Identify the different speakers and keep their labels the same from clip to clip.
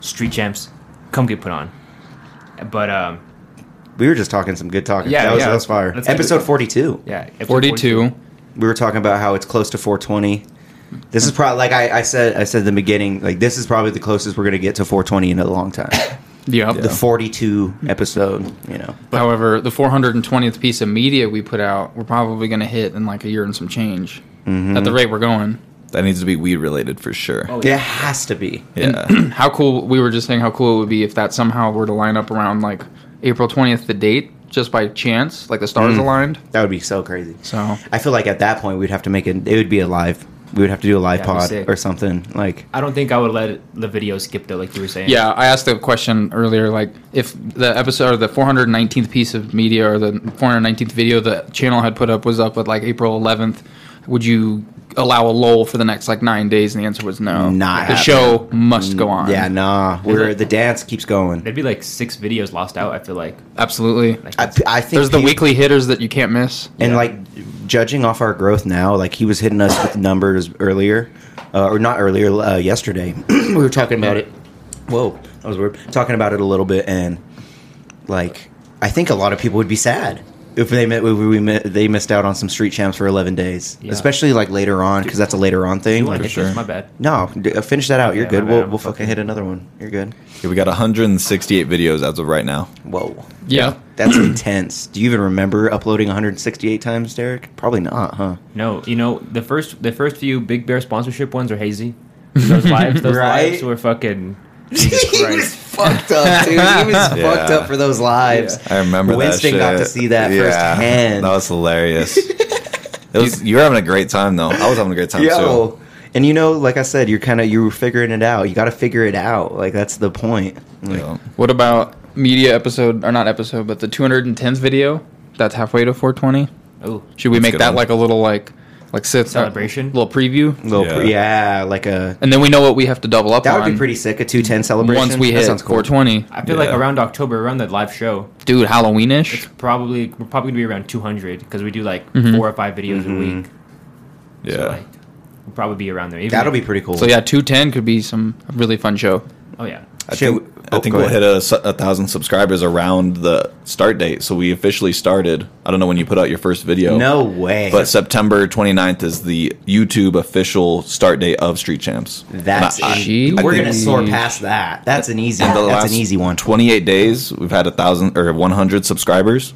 Speaker 1: Street Champs, come get put on. But um,
Speaker 2: We were just talking some good talking.
Speaker 1: Yeah,
Speaker 2: that was,
Speaker 1: yeah.
Speaker 2: that was fire.
Speaker 1: That's good.
Speaker 2: Episode 42.
Speaker 1: yeah, episode
Speaker 3: 42.
Speaker 2: We were talking about how it's close to 420. This is probably like I, I said. I said at the beginning, like this is probably the closest we're going to get to 420 in a long time.
Speaker 3: Yep.
Speaker 2: The 42 episode, you know.
Speaker 3: However, the 420th piece of media we put out, we're probably going to hit in like a year and some change. At the rate we're going.
Speaker 4: That needs to be weed related for sure.
Speaker 1: Oh,
Speaker 2: It has to be.
Speaker 4: yeah.
Speaker 3: How cool, we were just saying how cool it would be if that somehow were to line up around like April 20th, the date, just by chance, like the stars aligned.
Speaker 2: That would be so crazy.
Speaker 3: So,
Speaker 2: I feel like at that point we'd have to make it. It would be a live. We would have to do a live
Speaker 1: That'd be
Speaker 2: pod
Speaker 1: sick.
Speaker 2: or something. Like
Speaker 1: I don't think I would let the video skip though, like you were saying.
Speaker 3: yeah, I asked a question earlier like if the episode or the 419th piece of media or the 419th video the channel had put up was up with like April 11th, would you allow a lull for the next like nine days? And the answer was no.
Speaker 2: Not
Speaker 3: the
Speaker 2: happening. Mm,
Speaker 3: show must go on.
Speaker 2: yeah, nah. We're
Speaker 1: like-
Speaker 2: the dance keeps going.
Speaker 1: there'd be like six videos lost out. I feel like
Speaker 3: absolutely.
Speaker 1: like
Speaker 2: I,
Speaker 1: that's-
Speaker 2: I think
Speaker 3: There's the
Speaker 2: people-
Speaker 3: weekly hitters that you can't miss.
Speaker 2: And like judging off our growth now, like he was hitting us with numbers earlier, uh, or not earlier, uh, yesterday. we were talking about it. Whoa, that was weird. Talking about it a little bit, and like I think a lot of people would be sad if they met, we, we met, they missed out on some street champs for eleven days,
Speaker 1: Yeah.
Speaker 2: especially like later on because that's a later on
Speaker 1: you
Speaker 2: thing.
Speaker 1: want to
Speaker 2: Like,
Speaker 4: sure.
Speaker 1: sure. My bad.
Speaker 2: no, d- uh, finish that out. You're
Speaker 1: Yeah,
Speaker 2: good.
Speaker 1: my
Speaker 2: We'll,
Speaker 1: bad.
Speaker 2: we'll fucking hit another one. You're good.
Speaker 4: Okay, we got 168 videos as of right now.
Speaker 2: Whoa.
Speaker 3: Yeah.
Speaker 2: That's intense. Do you even remember uploading 168 times, Derek? Probably not, huh?
Speaker 1: No, you know the first the first few Big Bear sponsorship ones are hazy. Those lives, those
Speaker 2: Right?
Speaker 1: lives were fucking.
Speaker 2: he was fucked up, dude. He was fucked up for those lives.
Speaker 4: I remember that
Speaker 2: Winston got
Speaker 4: shit.
Speaker 2: to see that
Speaker 4: Yeah,
Speaker 2: firsthand.
Speaker 4: That was hilarious. it was you were having a great time though. I was having a great time
Speaker 2: Yo.
Speaker 4: too.
Speaker 2: And you know, like I said, you're kind of you were figuring it out. You got to figure it out. Like that's the point. Like,
Speaker 4: Yeah.
Speaker 3: What about media episode or not episode, but the 210th video? That's halfway to 420.
Speaker 1: Oh,
Speaker 3: Should we
Speaker 4: That's a
Speaker 3: make
Speaker 4: good
Speaker 3: that
Speaker 4: one.
Speaker 3: like a little like like sit uh,
Speaker 1: Celebration?
Speaker 3: little preview,
Speaker 2: little yeah. yeah, like a
Speaker 3: and then we know what we have to double up
Speaker 2: that
Speaker 3: on.
Speaker 2: would be pretty sick. A two ten celebration.
Speaker 3: once we
Speaker 2: that
Speaker 3: hit
Speaker 2: sounds cool.
Speaker 3: 420,
Speaker 1: I feel like
Speaker 4: Yeah.
Speaker 1: around October, around that live show,
Speaker 3: dude, Halloweenish.
Speaker 1: probably we're probably gonna be around 200 because we do like four or five videos a week.
Speaker 4: Yeah.
Speaker 1: So like, we'll probably be around there. Even
Speaker 2: That'll
Speaker 1: if-
Speaker 2: be pretty cool.
Speaker 3: So yeah, 210 could be some a really fun show.
Speaker 1: Oh yeah.
Speaker 4: I
Speaker 2: Shit,
Speaker 4: think,
Speaker 2: we-
Speaker 4: I
Speaker 2: oh,
Speaker 4: think
Speaker 2: go
Speaker 4: we'll
Speaker 2: ahead.
Speaker 4: hit a, su- a thousand subscribers around the start date. So we officially started. I don't know when you put out your first video.
Speaker 2: No way.
Speaker 4: But September 29th is the YouTube official start date of Street Champs.
Speaker 2: that's
Speaker 4: And I-
Speaker 3: She-
Speaker 2: we're gonna
Speaker 3: think-
Speaker 2: soar past that. That's an easy.
Speaker 4: in the
Speaker 2: That's
Speaker 4: last
Speaker 2: an easy one.
Speaker 4: 28 days, we've had a thousand or 100 subscribers.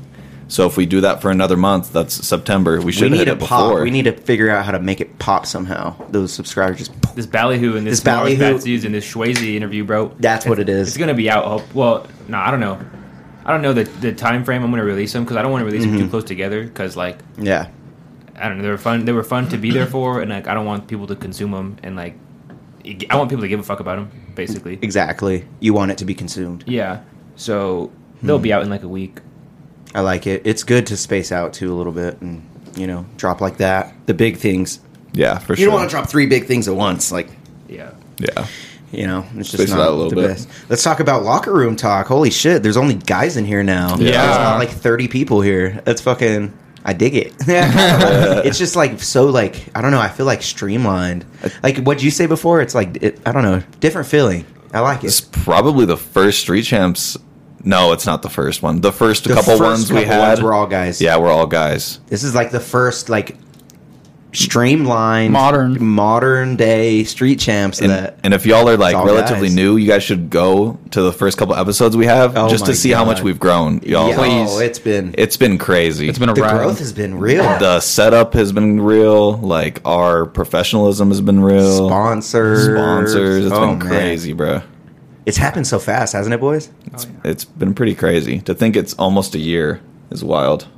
Speaker 4: So if we do that for another month, that's September. We
Speaker 2: We
Speaker 4: should have
Speaker 2: need
Speaker 4: hit
Speaker 2: to
Speaker 4: it
Speaker 2: pop.
Speaker 4: before.
Speaker 2: We need to figure out how to make it pop somehow. Those subscribers just.
Speaker 1: This ballyhoo and this,
Speaker 2: This ballyhoo-
Speaker 1: Morris Batsy's and this Schwazy interview, bro.
Speaker 2: That's what it is.
Speaker 1: It's gonna be out. oh, Well, no, I don't know. I don't know the the time frame I'm gonna release them because I don't want to release them too close together because like
Speaker 2: Yeah.
Speaker 1: I don't know they were fun they were fun to be there for and like I don't want people to consume them and like I want people to give a fuck about them basically.
Speaker 2: Exactly. You want it to be consumed.
Speaker 1: Yeah. So they'll be out in like a week.
Speaker 2: I like it. It's good to space out too a little bit and, you know, drop like that. The big things.
Speaker 4: yeah, for
Speaker 2: You
Speaker 4: sure.
Speaker 2: don't want to drop three big things at once. Like,
Speaker 1: Yeah.
Speaker 4: Yeah.
Speaker 2: you know, it's just
Speaker 4: Space it
Speaker 2: not
Speaker 4: out a little
Speaker 2: the
Speaker 4: bit.
Speaker 2: best. Let's talk about locker room talk. Holy shit. There's only guys in here now.
Speaker 3: Yeah.
Speaker 2: There's not like 30 people here. That's fucking. I dig it. it's just like so like I don't know. I feel like streamlined. Like what you say before, it's like it, I don't know, different feeling. I like
Speaker 4: It's
Speaker 2: it.
Speaker 4: probably the first Street Champs. No, it's not the first one. The first
Speaker 2: The
Speaker 4: couple
Speaker 2: first
Speaker 4: ones we
Speaker 2: couple
Speaker 4: had
Speaker 2: ones were all guys.
Speaker 4: Yeah, we're all guys.
Speaker 2: This is like the first like streamlined
Speaker 3: Modern.
Speaker 2: modern day street champs
Speaker 4: And,
Speaker 2: that
Speaker 4: and if y'all are like
Speaker 2: all
Speaker 4: relatively
Speaker 2: guys.
Speaker 4: new, you guys should go to the first couple episodes we have
Speaker 2: Oh
Speaker 4: just
Speaker 2: my
Speaker 4: to see how much
Speaker 2: God.
Speaker 4: we've grown, y'all.
Speaker 2: Yo,
Speaker 3: please.
Speaker 2: Oh, it's been
Speaker 4: It's been crazy.
Speaker 3: It's been a
Speaker 2: the
Speaker 3: ride.
Speaker 2: growth has been real.
Speaker 4: the setup has been real. Like our professionalism has been real.
Speaker 2: sponsors,
Speaker 4: Sponsors. It's
Speaker 2: Oh,
Speaker 4: been
Speaker 2: man.
Speaker 4: crazy, bro.
Speaker 2: It's happened so fast, hasn't it, boys?
Speaker 1: Oh, yeah.
Speaker 4: It's been pretty crazy. To think it's almost a year is wild.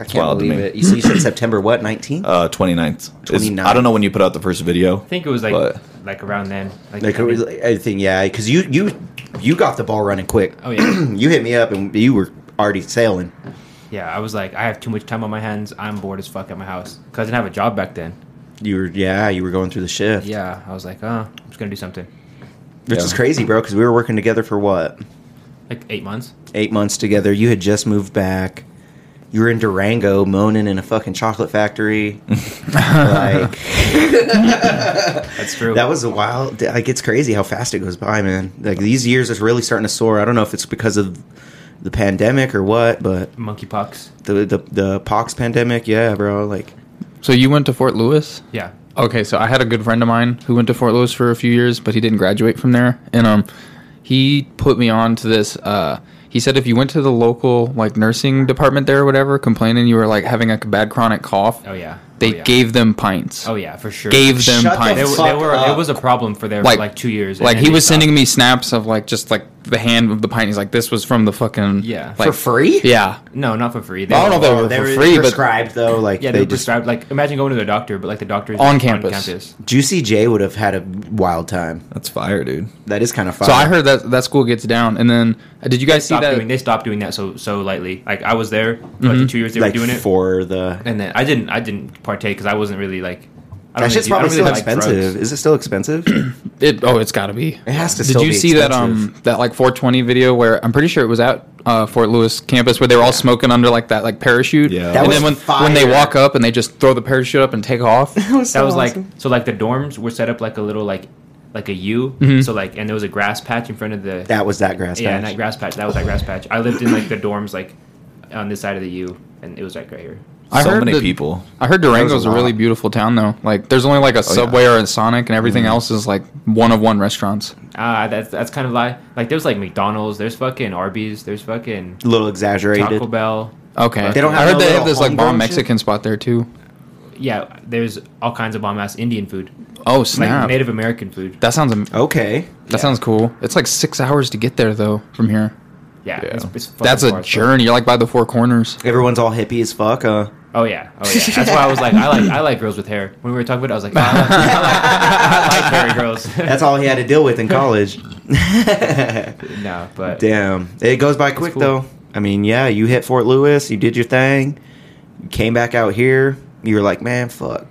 Speaker 2: I can't
Speaker 4: wild to
Speaker 2: believe
Speaker 4: me.
Speaker 2: it. You, said- you said September what? Nineteenth.
Speaker 4: Uh, 29th. It's-
Speaker 2: 29th.
Speaker 4: I don't know when you put out the first video.
Speaker 1: I think it was like
Speaker 4: But-
Speaker 1: like around then. Like,
Speaker 2: like
Speaker 1: I mean-
Speaker 2: I think yeah, because you you you got the ball running quick.
Speaker 1: Oh, yeah.
Speaker 2: you hit me up and you were already sailing.
Speaker 1: yeah, I was like, I have too much time on my hands. I'm bored as fuck at my house because I didn't have a job back then.
Speaker 2: You were yeah, you were going through the shift.
Speaker 1: Yeah, I was like, uh, I'm just gonna do something.
Speaker 2: which
Speaker 4: Yeah.
Speaker 2: is crazy, bro. Because we were working together for what
Speaker 1: Like eight months.
Speaker 2: eight months together. You had just moved back. You were in Durango moaning in a fucking chocolate factory. like
Speaker 1: That's true.
Speaker 2: That was a wild. Like it's crazy how fast it goes by, man. Like these years is really starting to soar. I don't know if it's because of the pandemic or what, but
Speaker 1: monkeypox.
Speaker 2: the the, the pox pandemic, yeah, bro. Like
Speaker 3: So you went to Fort Lewis?
Speaker 1: Yeah.
Speaker 3: Okay, so I had a good friend of mine who went to Fort Lewis for a few years, but he didn't graduate from there. And um, he put me on to this. Uh, he said if you went to the local like nursing department there or whatever, complaining you were like having like, a bad chronic cough,
Speaker 1: Oh yeah.
Speaker 3: they
Speaker 1: oh, yeah.
Speaker 3: gave them pints.
Speaker 1: Oh yeah, for sure.
Speaker 3: Gave them
Speaker 2: Shut the
Speaker 1: They
Speaker 3: pints.
Speaker 1: were, they
Speaker 2: Fuck
Speaker 1: were
Speaker 2: up.
Speaker 1: it was a problem for there
Speaker 3: Like-
Speaker 1: for like two years. and
Speaker 3: like
Speaker 1: then
Speaker 3: he
Speaker 1: they
Speaker 3: was
Speaker 1: stopped.
Speaker 3: sending me snaps of like just like the hand of the pint. He's like, this was from the fucking
Speaker 1: Yeah.
Speaker 3: like,
Speaker 2: for free.
Speaker 3: yeah.
Speaker 1: No, not for free. They
Speaker 3: I don't know if they
Speaker 1: were-
Speaker 3: were for free, but-
Speaker 2: prescribed though. Like
Speaker 1: Yeah, they,
Speaker 2: they,
Speaker 1: were
Speaker 2: just
Speaker 1: prescribed. Like imagine going to the doctor, but like the doctor's
Speaker 3: On campus.
Speaker 2: Juicy J would have had a wild time.
Speaker 4: That's fire, dude.
Speaker 2: That is kind of fun.
Speaker 3: So I heard that that school gets down, and then uh, did you guys see
Speaker 1: Stop
Speaker 3: that?
Speaker 1: doing. They stopped doing that so so lightly. Like I was there for like the
Speaker 3: Mm-hmm.
Speaker 1: two years they
Speaker 2: like
Speaker 1: were doing it,
Speaker 2: for the.
Speaker 1: and then I didn't I didn't partake because I wasn't really like. I don't
Speaker 2: That shit's
Speaker 1: really, I
Speaker 2: probably
Speaker 1: don't
Speaker 2: still
Speaker 1: really like
Speaker 2: expensive.
Speaker 1: drugs.
Speaker 2: is it still expensive? it
Speaker 3: It oh, it's got to be. It
Speaker 2: has to.
Speaker 3: Did
Speaker 2: still
Speaker 3: you
Speaker 2: be
Speaker 3: see that
Speaker 2: expensive.
Speaker 3: um that like 420 video where I'm pretty sure it was at uh, Fort Lewis campus where they were all smoking under like that like parachute.
Speaker 4: Yeah. That
Speaker 3: and
Speaker 2: was
Speaker 3: then when when they
Speaker 2: fire.
Speaker 3: walk up and they just throw the parachute up and take off.
Speaker 1: That was like so like the dorms were set up like a little like like a U. So like and there was a grass patch in front of the
Speaker 2: that was that grass.
Speaker 1: yeah
Speaker 2: patch.
Speaker 1: and that grass patch that was that grass patch. I lived in like the dorms like on this side of the U, and it was like right here.
Speaker 3: I
Speaker 4: so
Speaker 3: heard
Speaker 4: many
Speaker 3: that-
Speaker 4: people.
Speaker 3: I heard Durango's
Speaker 2: a
Speaker 3: a, really
Speaker 2: lot. Oh,
Speaker 3: beautiful town though. Like there's only like a Subway or a Sonic and everything
Speaker 2: Mm-hmm.
Speaker 3: else is like one of one restaurants.
Speaker 1: Ah, that's that's kind of lie. Like there's like McDonald's, there's fucking Arby's, there's fucking
Speaker 2: a little exaggerated.
Speaker 1: Taco Bell.
Speaker 3: Okay.
Speaker 2: They don't
Speaker 3: I
Speaker 2: have
Speaker 3: heard
Speaker 2: no
Speaker 3: they have
Speaker 2: little
Speaker 3: this like
Speaker 2: homegrown
Speaker 3: bomb
Speaker 2: shit?
Speaker 3: Mexican spot there too.
Speaker 1: Yeah, there's all kinds of bomb ass Indian food,
Speaker 3: Oh
Speaker 1: like
Speaker 3: snap.
Speaker 1: Native American food.
Speaker 3: that sounds am- that
Speaker 2: Okay.
Speaker 3: sounds cool. It's like 6 hours to get there though from here.
Speaker 1: Yeah, It's, it's fucking
Speaker 3: That's
Speaker 1: far
Speaker 3: a
Speaker 1: as fuck.
Speaker 3: journey. You're like by the four corners.
Speaker 2: Everyone's all hippie as fuck. Uh,
Speaker 1: Oh yeah, oh yeah. That's why I was like, I like I like girls with hair. When we were talking about it, I was like, oh, I like, I like, I like hairy girls.
Speaker 2: that's all he had to deal with in college.
Speaker 1: no, but
Speaker 2: Damn, it goes by quick
Speaker 1: cool.
Speaker 2: though. I mean, yeah, you hit Fort Lewis, you did your thing, you came back out here. You were like, man, fuck.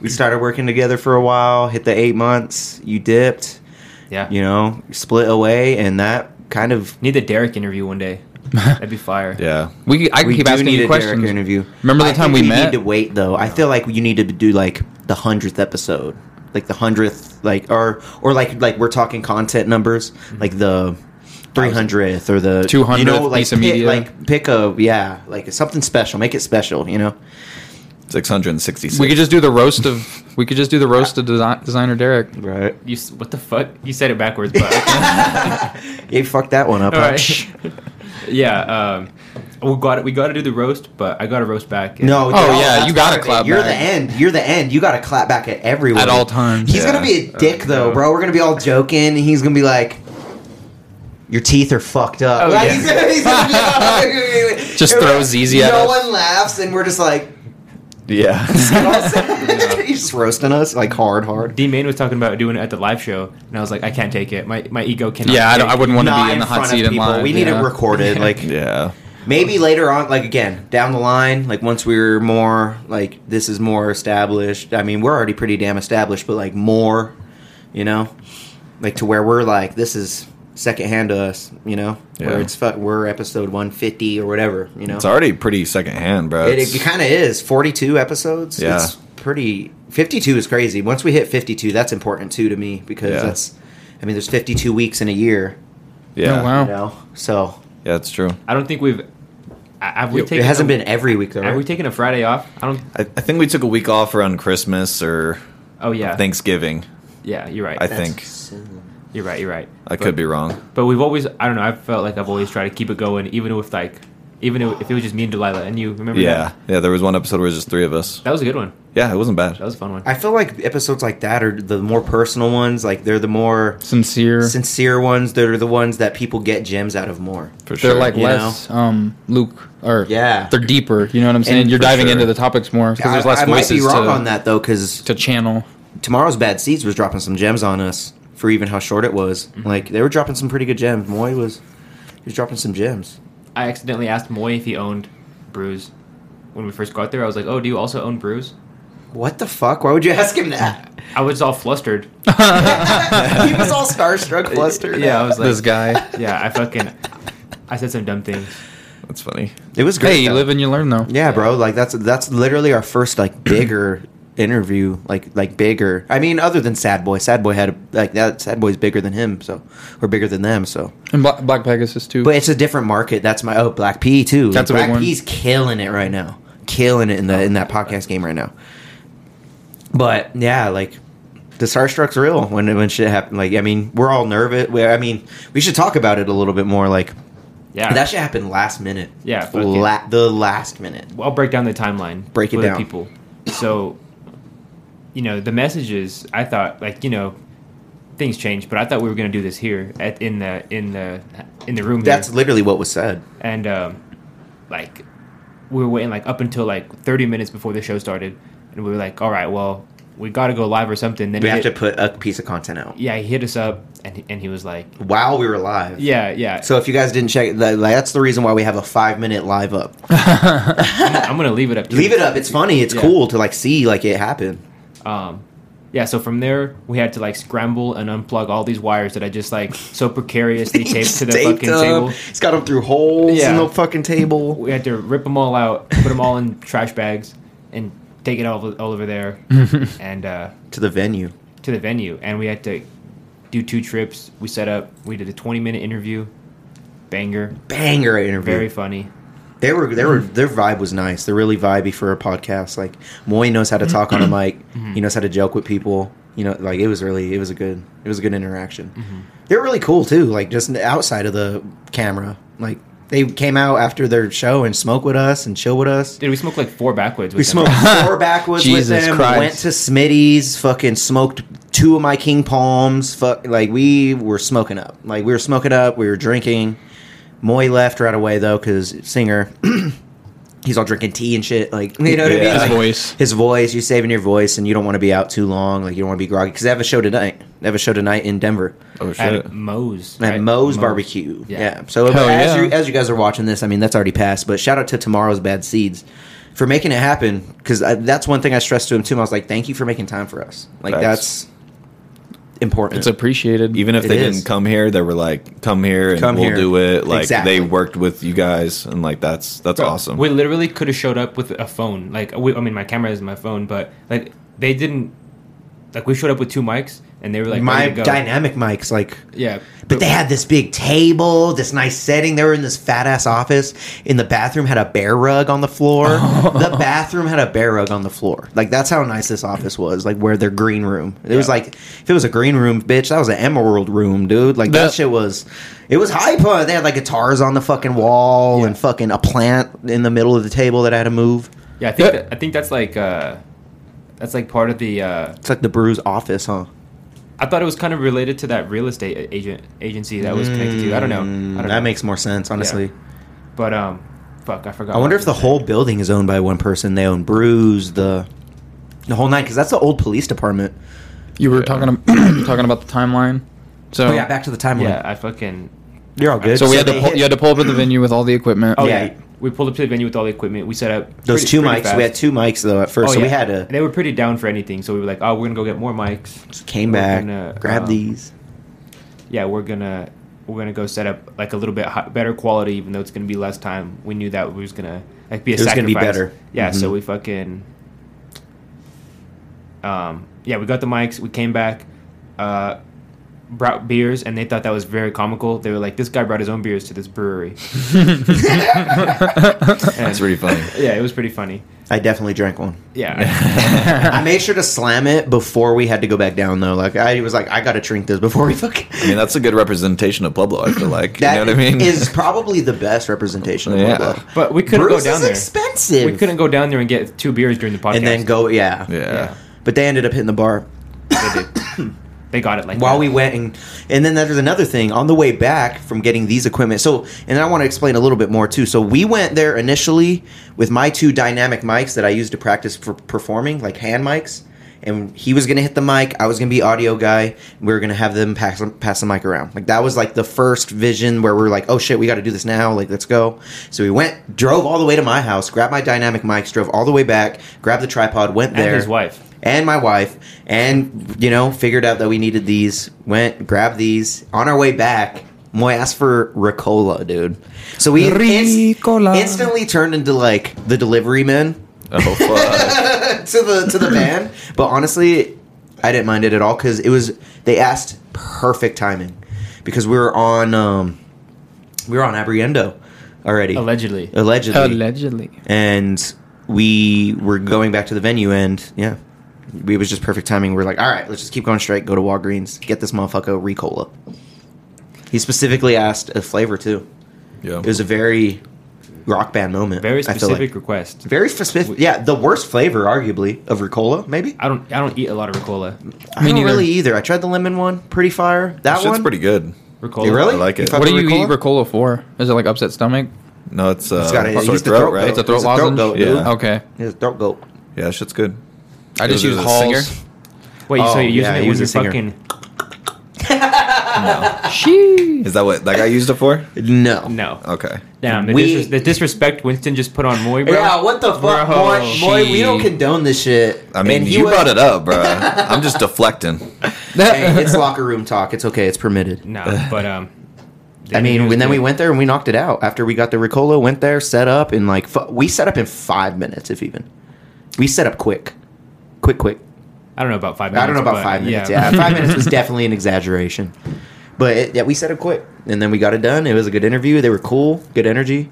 Speaker 2: we started working together for a while. Hit the eight months. You dipped.
Speaker 1: yeah,
Speaker 2: You know, split away, and that kind of
Speaker 1: need the Derek interview one day. That'd be fire.
Speaker 4: Yeah.
Speaker 3: We I can
Speaker 2: we
Speaker 3: keep
Speaker 2: do
Speaker 3: asking
Speaker 2: need
Speaker 3: you
Speaker 2: a
Speaker 3: questions.
Speaker 2: Derek interview.
Speaker 3: Remember the
Speaker 2: I
Speaker 3: time
Speaker 2: think
Speaker 3: we
Speaker 2: we
Speaker 3: met?
Speaker 2: Need to wait though. I feel like you need to do like the hundredth episode, like the hundredth, like or or like like we're talking content numbers,
Speaker 3: Mm-hmm.
Speaker 2: like the three hundredth or the
Speaker 3: 200th
Speaker 2: You know, like
Speaker 3: piece of
Speaker 2: pick,
Speaker 3: media.
Speaker 2: like pick a yeah, like something special. Make it special. You know,
Speaker 4: 666.
Speaker 3: We could just do the roast of. We could just do the roast of desi- designer Derek.
Speaker 2: right?
Speaker 1: You s- what the fuck? You said it backwards, but
Speaker 2: You fucked that one up.
Speaker 1: all
Speaker 2: huh?
Speaker 1: right. yeah, um, we got We got to do the roast, but I got to roast back.
Speaker 2: No.
Speaker 1: And-
Speaker 2: dude,
Speaker 3: Oh, yeah,
Speaker 2: that's
Speaker 3: you gotta
Speaker 2: part of it.
Speaker 3: clap
Speaker 2: You're
Speaker 3: back.
Speaker 2: the end. You're the end. You gotta clap back at everyone
Speaker 3: At all times.
Speaker 2: He's
Speaker 4: Yeah.
Speaker 2: gonna be a dick though,
Speaker 1: no.
Speaker 2: bro. We're gonna be all joking. and He's gonna be like, "Your teeth are fucked up."
Speaker 1: Oh,
Speaker 2: Like,
Speaker 1: yeah.
Speaker 2: he's gonna- he's gonna be-
Speaker 3: Just
Speaker 2: And we're-
Speaker 3: throws easy at
Speaker 2: No
Speaker 3: us.
Speaker 2: one laughs, and we're just like,
Speaker 4: yeah.
Speaker 2: he's just roasting us like hard, hard.
Speaker 1: D Main was talking about doing it at the live show, and I was like, I can't take it. My my ego cannot.
Speaker 3: Yeah, I, don't,
Speaker 1: take
Speaker 3: I wouldn't want to
Speaker 2: Not
Speaker 3: be in the hot
Speaker 2: front of
Speaker 3: seat in
Speaker 2: people.
Speaker 3: line.
Speaker 2: We need
Speaker 3: yeah.
Speaker 2: it recorded. Like
Speaker 4: yeah.
Speaker 2: maybe later on, like again down the line, like once we're more like this is more established. I mean, we're already pretty damn established, but like more, you know, like to where we're like this is secondhand to us, you know, where
Speaker 4: Yeah.
Speaker 2: it's fu- we're episode one fifty or whatever, you know.
Speaker 4: It's already pretty secondhand, bro.
Speaker 2: It,
Speaker 4: It's-
Speaker 2: it kind of is. 42 episodes.
Speaker 4: Yeah.
Speaker 2: It's pretty. 52 is crazy. Once we hit 52, that's important too to me because
Speaker 4: Yeah.
Speaker 2: that's, I mean, there's 52 weeks in a year,
Speaker 4: yeah.
Speaker 3: Oh,
Speaker 2: you
Speaker 3: wow.
Speaker 2: know? So
Speaker 4: Yeah, it's true.
Speaker 1: I don't think we've. I- Have we taken
Speaker 2: it hasn't
Speaker 1: a-
Speaker 2: been every week though.
Speaker 1: Have we
Speaker 2: Right?
Speaker 1: taken a Friday off? I don't.
Speaker 4: I, I think we took a week off around Christmas or
Speaker 1: Oh yeah.
Speaker 4: Thanksgiving.
Speaker 1: Yeah, you're right.
Speaker 4: I think.
Speaker 1: You're right. You're right.
Speaker 4: I could be wrong.
Speaker 1: But we've always, I don't know, I felt like I've always tried to keep it going, even with like, even if it was just me and Delilah and you, remember
Speaker 4: Yeah.
Speaker 1: that?
Speaker 4: Yeah, there was one episode where it was just three of us.
Speaker 1: That was a good one.
Speaker 4: Yeah, it wasn't
Speaker 1: That
Speaker 4: bad.
Speaker 1: was a fun one.
Speaker 2: I feel like episodes like that are the more personal ones. Like they're the more
Speaker 3: Sincere.
Speaker 2: sincere ones. They're the ones that people get gems out of more.
Speaker 4: For sure.
Speaker 3: they're like
Speaker 2: you
Speaker 3: less um, Luke or
Speaker 2: Yeah.
Speaker 3: They're deeper. You know what I'm saying?
Speaker 2: And
Speaker 3: You're
Speaker 4: for
Speaker 3: diving
Speaker 4: sure.
Speaker 3: into the topics more because
Speaker 2: I,
Speaker 3: there's less
Speaker 2: I might be
Speaker 3: voices
Speaker 2: wrong
Speaker 3: to,
Speaker 2: on that though because
Speaker 3: to channel.
Speaker 2: tomorrow's Bad Seeds was dropping some gems on us for even how short it was.
Speaker 3: Mm-hmm.
Speaker 2: Like they were dropping some pretty good gems. Moy was he was dropping some gems.
Speaker 1: I accidentally asked Moy if he owned Brews. When we first got there, I was like, oh, do you also own Brews?
Speaker 2: What the fuck? Why would you ask him that?
Speaker 1: I was all flustered.
Speaker 2: he was all starstruck, flustered.
Speaker 1: Yeah, I was
Speaker 3: this
Speaker 1: like,
Speaker 3: guy.
Speaker 1: yeah, I fucking, I said some dumb things.
Speaker 4: That's funny.
Speaker 2: it was great.
Speaker 3: hey, you
Speaker 2: though.
Speaker 3: live and you learn though.
Speaker 2: yeah, bro. Like that's that's literally our first like bigger interview like like bigger. I mean, other than Sad Boy, Sad Boy had a, like that. Sad Boy's bigger than him, so or bigger than them, so.
Speaker 3: and Black, Black Pegasus too.
Speaker 2: But it's a different market. That's my oh Black P too.
Speaker 3: That's a big
Speaker 2: Black
Speaker 3: one.
Speaker 2: P's killing it right now, killing it in the in that podcast game right now. But yeah, like the starstruck's real when when shit happened. Like I mean, we're all nervous. We, I mean, we should talk about it a little bit more. Like
Speaker 1: Yeah.
Speaker 2: that shit happened last minute.
Speaker 1: Yeah, fuck
Speaker 2: La- the last minute.
Speaker 1: I'll break down the timeline.
Speaker 2: Break it
Speaker 1: for the
Speaker 2: down.
Speaker 1: people. So, you know, the messages. I thought, like, you know, things change, but I thought we were going to do this here at in the in the in the room.
Speaker 2: That's
Speaker 1: here.
Speaker 2: literally what was said.
Speaker 1: and um, like we were waiting like up until like 30 minutes before the show started, and we were like, all right, well, we got to go live or something. Then
Speaker 2: We
Speaker 1: he
Speaker 2: have to
Speaker 1: hit-
Speaker 2: put a piece of content out
Speaker 1: yeah, he hit us up, and he, and he was like,
Speaker 2: while we were live.
Speaker 1: yeah, yeah.
Speaker 2: So if you guys didn't check, that- that's the reason why we have a five minute live up.
Speaker 1: I'm gonna leave it up. to
Speaker 2: Leave
Speaker 1: you.
Speaker 2: it up. It's funny. It's
Speaker 1: Yeah.
Speaker 2: cool to like see like it happen.
Speaker 1: Um, yeah, so from there we had to like scramble and unplug all these wires that I just like so precariously taped to the
Speaker 2: Taped
Speaker 1: fucking
Speaker 2: up.
Speaker 1: table.
Speaker 2: It's got them through holes in
Speaker 1: Yeah.
Speaker 2: the fucking table.
Speaker 1: We had to rip them all out, put them all in trash bags, and take it all, all over there and uh,
Speaker 2: To the venue.
Speaker 1: to the venue. And we had to do two trips. We set up. We did a 20 minute interview, banger,
Speaker 2: Banger interview.
Speaker 1: very funny.
Speaker 2: They were they were their vibe was nice. They're really vibey for a podcast. Like Moy knows how to talk on a mic. He knows how to joke with people. You know, like it was really it was a good it was a good interaction. They're really cool too. Like just outside of the camera. Like they came out after their show and smoked with us and chill with us.
Speaker 1: Dude, we smoked like four backwoods.
Speaker 2: We
Speaker 1: with them.
Speaker 2: smoked four backwoods with
Speaker 3: Jesus
Speaker 2: them.
Speaker 3: Christ.
Speaker 2: Went to Smitty's. Fucking smoked two of my King Palms. Fuck, like we were smoking up. Like we were smoking up. We were drinking. Moy left right away though, because singer. He's all drinking tea and shit. Like you know what
Speaker 4: Yeah.
Speaker 2: I mean.
Speaker 3: his
Speaker 2: Like,
Speaker 3: voice.
Speaker 2: His voice. You're saving your voice, and you don't want to be out too long. Like you don't want to be groggy because they have a show tonight. They have a show tonight in Denver
Speaker 4: Oh shit!
Speaker 1: At Moe's.
Speaker 2: at
Speaker 1: right?
Speaker 2: Moe's Barbecue. Yeah.
Speaker 1: Yeah.
Speaker 2: So
Speaker 3: Hell
Speaker 2: as,
Speaker 3: yeah.
Speaker 2: You, as you guys are watching this, I mean that's already passed. But shout out to Tomorrow's Bad Seeds for making it happen because that's one thing I stressed to him too. I was like, thank you for making time for us. Like
Speaker 4: Facts.
Speaker 2: that's important.
Speaker 3: it's appreciated.
Speaker 4: Even if
Speaker 2: It
Speaker 4: they
Speaker 2: is.
Speaker 4: didn't come here, they were like, "Come here and
Speaker 2: Come
Speaker 4: we'll
Speaker 2: here.
Speaker 4: do it." Like
Speaker 2: Exactly.
Speaker 4: they worked with you guys, and like that's that's
Speaker 1: Bro,
Speaker 4: awesome.
Speaker 1: We literally could have showed up with a phone. Like, we, I mean, my camera is my phone, but like they didn't. Like we showed up with two mics, and they were like,
Speaker 2: my
Speaker 1: ready to go.
Speaker 2: dynamic mics like.
Speaker 1: yeah,
Speaker 2: But they had this big table, this nice setting. They were in this fat ass office. In the bathroom had a bear rug on the floor. the bathroom had a bear rug on the floor. Like that's how nice this office was. Like where their green room. It was
Speaker 1: Yeah.
Speaker 2: like if it was a green room, bitch, that was an emerald room, dude. Like that,
Speaker 3: That-
Speaker 2: shit was. It was hype. huh? They had like guitars on the fucking wall and fucking a plant in the middle of the table that I had to move.
Speaker 1: yeah. I think
Speaker 3: Yeah.
Speaker 1: that, I think that's like uh, that's like part of the. Uh,
Speaker 2: It's like the Brews office, huh?
Speaker 1: I thought it was kind of related to that real estate a- agent agency that was connected to. I don't know. I don't
Speaker 2: Mm,
Speaker 1: know.
Speaker 2: that makes more sense, honestly.
Speaker 1: But um, fuck, I forgot.
Speaker 2: I
Speaker 1: what
Speaker 2: wonder
Speaker 1: was
Speaker 2: if the
Speaker 1: saying.
Speaker 2: whole building is owned by one person. They own brews, the the whole nine, because that's the old police department.
Speaker 3: you were talking ab- talking about the timeline. So
Speaker 2: Oh yeah, back to the timeline.
Speaker 1: Yeah, I fucking.
Speaker 2: You're all good.
Speaker 3: so we had to
Speaker 2: they
Speaker 3: pull,
Speaker 2: hit
Speaker 3: you had to pull up at the venue with all the equipment.
Speaker 1: Oh
Speaker 2: Yeah.
Speaker 1: yeah. we pulled up to the venue with all the equipment. We set up
Speaker 2: those
Speaker 1: pretty-
Speaker 2: two
Speaker 1: pretty
Speaker 2: mics.
Speaker 1: fast.
Speaker 2: We had two mics though at first,
Speaker 1: Oh,
Speaker 2: so we
Speaker 1: yeah.
Speaker 2: had to
Speaker 1: They were pretty down for anything, so we were like, "Oh, we're gonna go get more mics."
Speaker 2: came
Speaker 1: We're
Speaker 2: back,
Speaker 1: gonna,
Speaker 2: grab
Speaker 1: um,
Speaker 2: these.
Speaker 1: yeah, we're gonna we're gonna go set up like a little bit hi- better quality, even though it's gonna be less time. We knew that was gonna like be a
Speaker 2: It was gonna be
Speaker 1: sacrifice.
Speaker 2: better.
Speaker 1: Yeah, so
Speaker 2: Mhm.
Speaker 1: we fucking um yeah, we got the mics. We came back, uh, brought beers, and they thought that was very comical. They were like, "This guy brought his own beers to this brewery."
Speaker 4: That's pretty funny.
Speaker 1: yeah, it was pretty funny.
Speaker 2: I definitely drank one.
Speaker 1: Yeah,
Speaker 2: I made sure to slam it before we had to go back down though. Like I was like, I gotta drink this before we fucking.
Speaker 4: I mean, that's a good representation of Pueblo. I feel like
Speaker 2: That
Speaker 4: you know what I mean.
Speaker 2: is probably the best representation of
Speaker 4: Yeah.
Speaker 2: Pueblo.
Speaker 1: but we couldn't
Speaker 2: Brews
Speaker 1: go down
Speaker 2: is
Speaker 1: there.
Speaker 2: expensive.
Speaker 1: We couldn't go down there and get two beers during the podcast.
Speaker 2: and then go. uh, Yeah.
Speaker 4: yeah.
Speaker 1: Yeah.
Speaker 2: But they ended up hitting the bar.
Speaker 1: They, did. They got it like
Speaker 2: while
Speaker 1: that.
Speaker 2: we went and and then there's another thing on the way back from getting these equipment so and i want to explain a little bit more too so we went there initially with my two dynamic mics that i used to practice for performing like hand mics and he was gonna hit the mic i was gonna be audio guy we were gonna have them pass, pass the mic around like that was like the first vision where we were like oh shit we gotta do this now like let's go so we went drove all the way to my house grabbed my dynamic mics drove all the way back grabbed the tripod went
Speaker 1: and
Speaker 2: there
Speaker 1: his wife.
Speaker 2: and my wife and you know figured out that we needed these went grabbed these on our way back moy asked for ricola dude so we inst-
Speaker 3: Ricola.
Speaker 2: instantly turned into like the delivery men
Speaker 4: Oh fuck!
Speaker 2: to the to the band. But honestly, I didn't mind it at all because it was they asked perfect timing because we were on um, we were on Abriendo already
Speaker 1: Allegedly.
Speaker 2: allegedly
Speaker 3: Allegedly.
Speaker 2: and we were going back to the venue and yeah we- it was just perfect timing we are like all right let's just keep going straight go to walgreens get this motherfucker a ricola he specifically asked a flavor too
Speaker 4: Yeah.
Speaker 2: it was a very rock band moment
Speaker 1: Very
Speaker 2: I feel
Speaker 1: specific
Speaker 2: like.
Speaker 1: request.
Speaker 2: very specific yeah the worst flavor arguably of ricola maybe
Speaker 1: I don't. I don't eat a lot of Ricola.
Speaker 2: i don't
Speaker 3: neither.
Speaker 2: really either i tried the lemon one pretty fire that
Speaker 4: That shit's
Speaker 2: one
Speaker 4: pretty good.
Speaker 1: Ricola.
Speaker 2: You really
Speaker 4: I like
Speaker 2: You
Speaker 4: it.
Speaker 2: fuck
Speaker 3: What do
Speaker 2: with
Speaker 3: you eat Ricola for? Is it like upset stomach?
Speaker 4: No, it's uh,
Speaker 2: it's got a,
Speaker 4: sore
Speaker 2: he's the
Speaker 4: throat,
Speaker 2: throat,
Speaker 4: right?
Speaker 2: goat.
Speaker 3: It's a throat
Speaker 2: He's
Speaker 3: lozenge?
Speaker 2: goat,
Speaker 4: Yeah.
Speaker 2: dude.
Speaker 4: Uh,
Speaker 3: Okay.
Speaker 2: He's a throat goat
Speaker 4: yeah, that shit's good.
Speaker 3: I just
Speaker 4: was
Speaker 3: use
Speaker 4: a
Speaker 3: Halls.
Speaker 4: singer?
Speaker 1: Wait, so
Speaker 2: Oh,
Speaker 1: you're using
Speaker 2: yeah,
Speaker 1: it
Speaker 2: he
Speaker 1: when
Speaker 2: was
Speaker 1: you're
Speaker 2: a singer.
Speaker 1: fucking?
Speaker 3: She.
Speaker 4: Is that what that guy used it for?
Speaker 2: no
Speaker 1: No.
Speaker 4: Okay.
Speaker 1: Damn. The,
Speaker 2: Oh. We-
Speaker 1: disres- the disrespect Winston just put on Moy, bro.
Speaker 2: Yeah, what the
Speaker 1: Bro.
Speaker 2: fuck, boy? Boy, we
Speaker 3: She-
Speaker 2: don't condone this shit.
Speaker 4: I mean,
Speaker 2: And he
Speaker 4: you
Speaker 2: was-
Speaker 4: brought it up, bro. I'm just deflecting.
Speaker 2: Hey, it's locker room talk. It's okay. It's permitted.
Speaker 1: No, but um.
Speaker 2: I mean,
Speaker 1: it was
Speaker 2: when then
Speaker 1: good.
Speaker 2: we went there and we knocked it out. After we got the Ricola, went there, set up, and like fu- we set up in five minutes, if even. We set up quick, quick, quick.
Speaker 1: I don't know about five. minutes.
Speaker 2: I don't know about
Speaker 1: but,
Speaker 2: five minutes. Yeah, five minutes was definitely an exaggeration, but it, yeah, we set up quick, and then we got it done. It was a good interview. They were cool, good energy.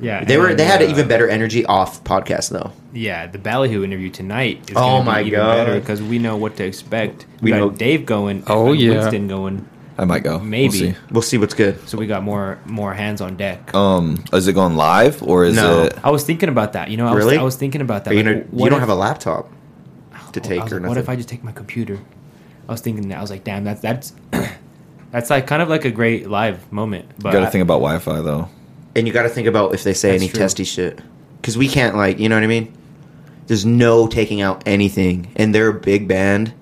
Speaker 1: Yeah,
Speaker 2: They were.
Speaker 1: and,
Speaker 2: They had
Speaker 1: uh,
Speaker 2: even better energy off podcast though.
Speaker 1: Yeah, the Ballyhoo interview tonight. Is
Speaker 2: Oh
Speaker 1: gonna be
Speaker 2: my
Speaker 1: even
Speaker 2: God.
Speaker 1: better because we know what to expect. We,
Speaker 2: We
Speaker 1: got
Speaker 2: know-
Speaker 1: Dave going.
Speaker 3: Oh,
Speaker 1: and
Speaker 3: yeah.
Speaker 1: Winston going.
Speaker 4: I might go. We'll
Speaker 1: Maybe.
Speaker 4: see.
Speaker 2: We'll see what's good.
Speaker 1: So we got more more hands on deck.
Speaker 4: Um, is it going live or is
Speaker 2: No.
Speaker 4: it?
Speaker 1: I was thinking about that. You know, I was,
Speaker 2: Really?
Speaker 1: I was thinking about that.
Speaker 2: Are you,
Speaker 1: like,
Speaker 2: gonna,
Speaker 1: what
Speaker 2: you don't
Speaker 1: if- Oh,
Speaker 2: have a laptop to
Speaker 1: I
Speaker 2: take
Speaker 1: was
Speaker 2: or
Speaker 1: like,
Speaker 2: nothing.
Speaker 1: what if I just take my computer? I was thinking that. I was like, damn, that's that's that's like kind of like a great live moment. But
Speaker 4: You got to think about Wi-Fi though.
Speaker 2: And you got to think about if they say
Speaker 1: That's
Speaker 2: any
Speaker 1: true.
Speaker 2: testy shit. Because we can't, like, you know what I mean? There's no taking out anything. And they're a big band.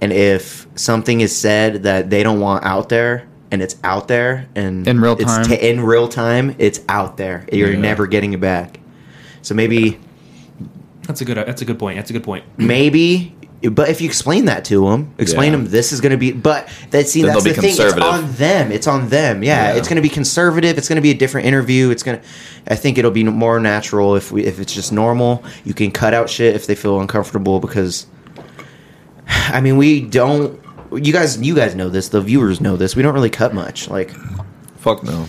Speaker 2: And if something is said that they don't want out there, and it's out there, and
Speaker 3: In real
Speaker 2: it's
Speaker 3: time.
Speaker 2: ta- in real time, it's out there. You're
Speaker 4: Yeah.
Speaker 2: never getting it back. So maybe,
Speaker 1: that's a good that's a good point. That's a good point.
Speaker 2: maybe, but if you explain that to them, explain
Speaker 4: Yeah.
Speaker 2: them this is going to be. But that see,
Speaker 4: Then
Speaker 2: that's
Speaker 4: they'll
Speaker 2: the
Speaker 4: be
Speaker 2: thing. It's
Speaker 4: conservative.
Speaker 2: on them. It's on them. Yeah,
Speaker 4: Yeah.
Speaker 2: it's going to be conservative. It's going to be a different interview. It's going to. I think it'll be more natural if we if it's just normal. You can cut out shit if they feel uncomfortable because. I mean, we don't. You guys, you guys know this. The viewers know this. We don't really cut much. Like,
Speaker 4: Fuck no.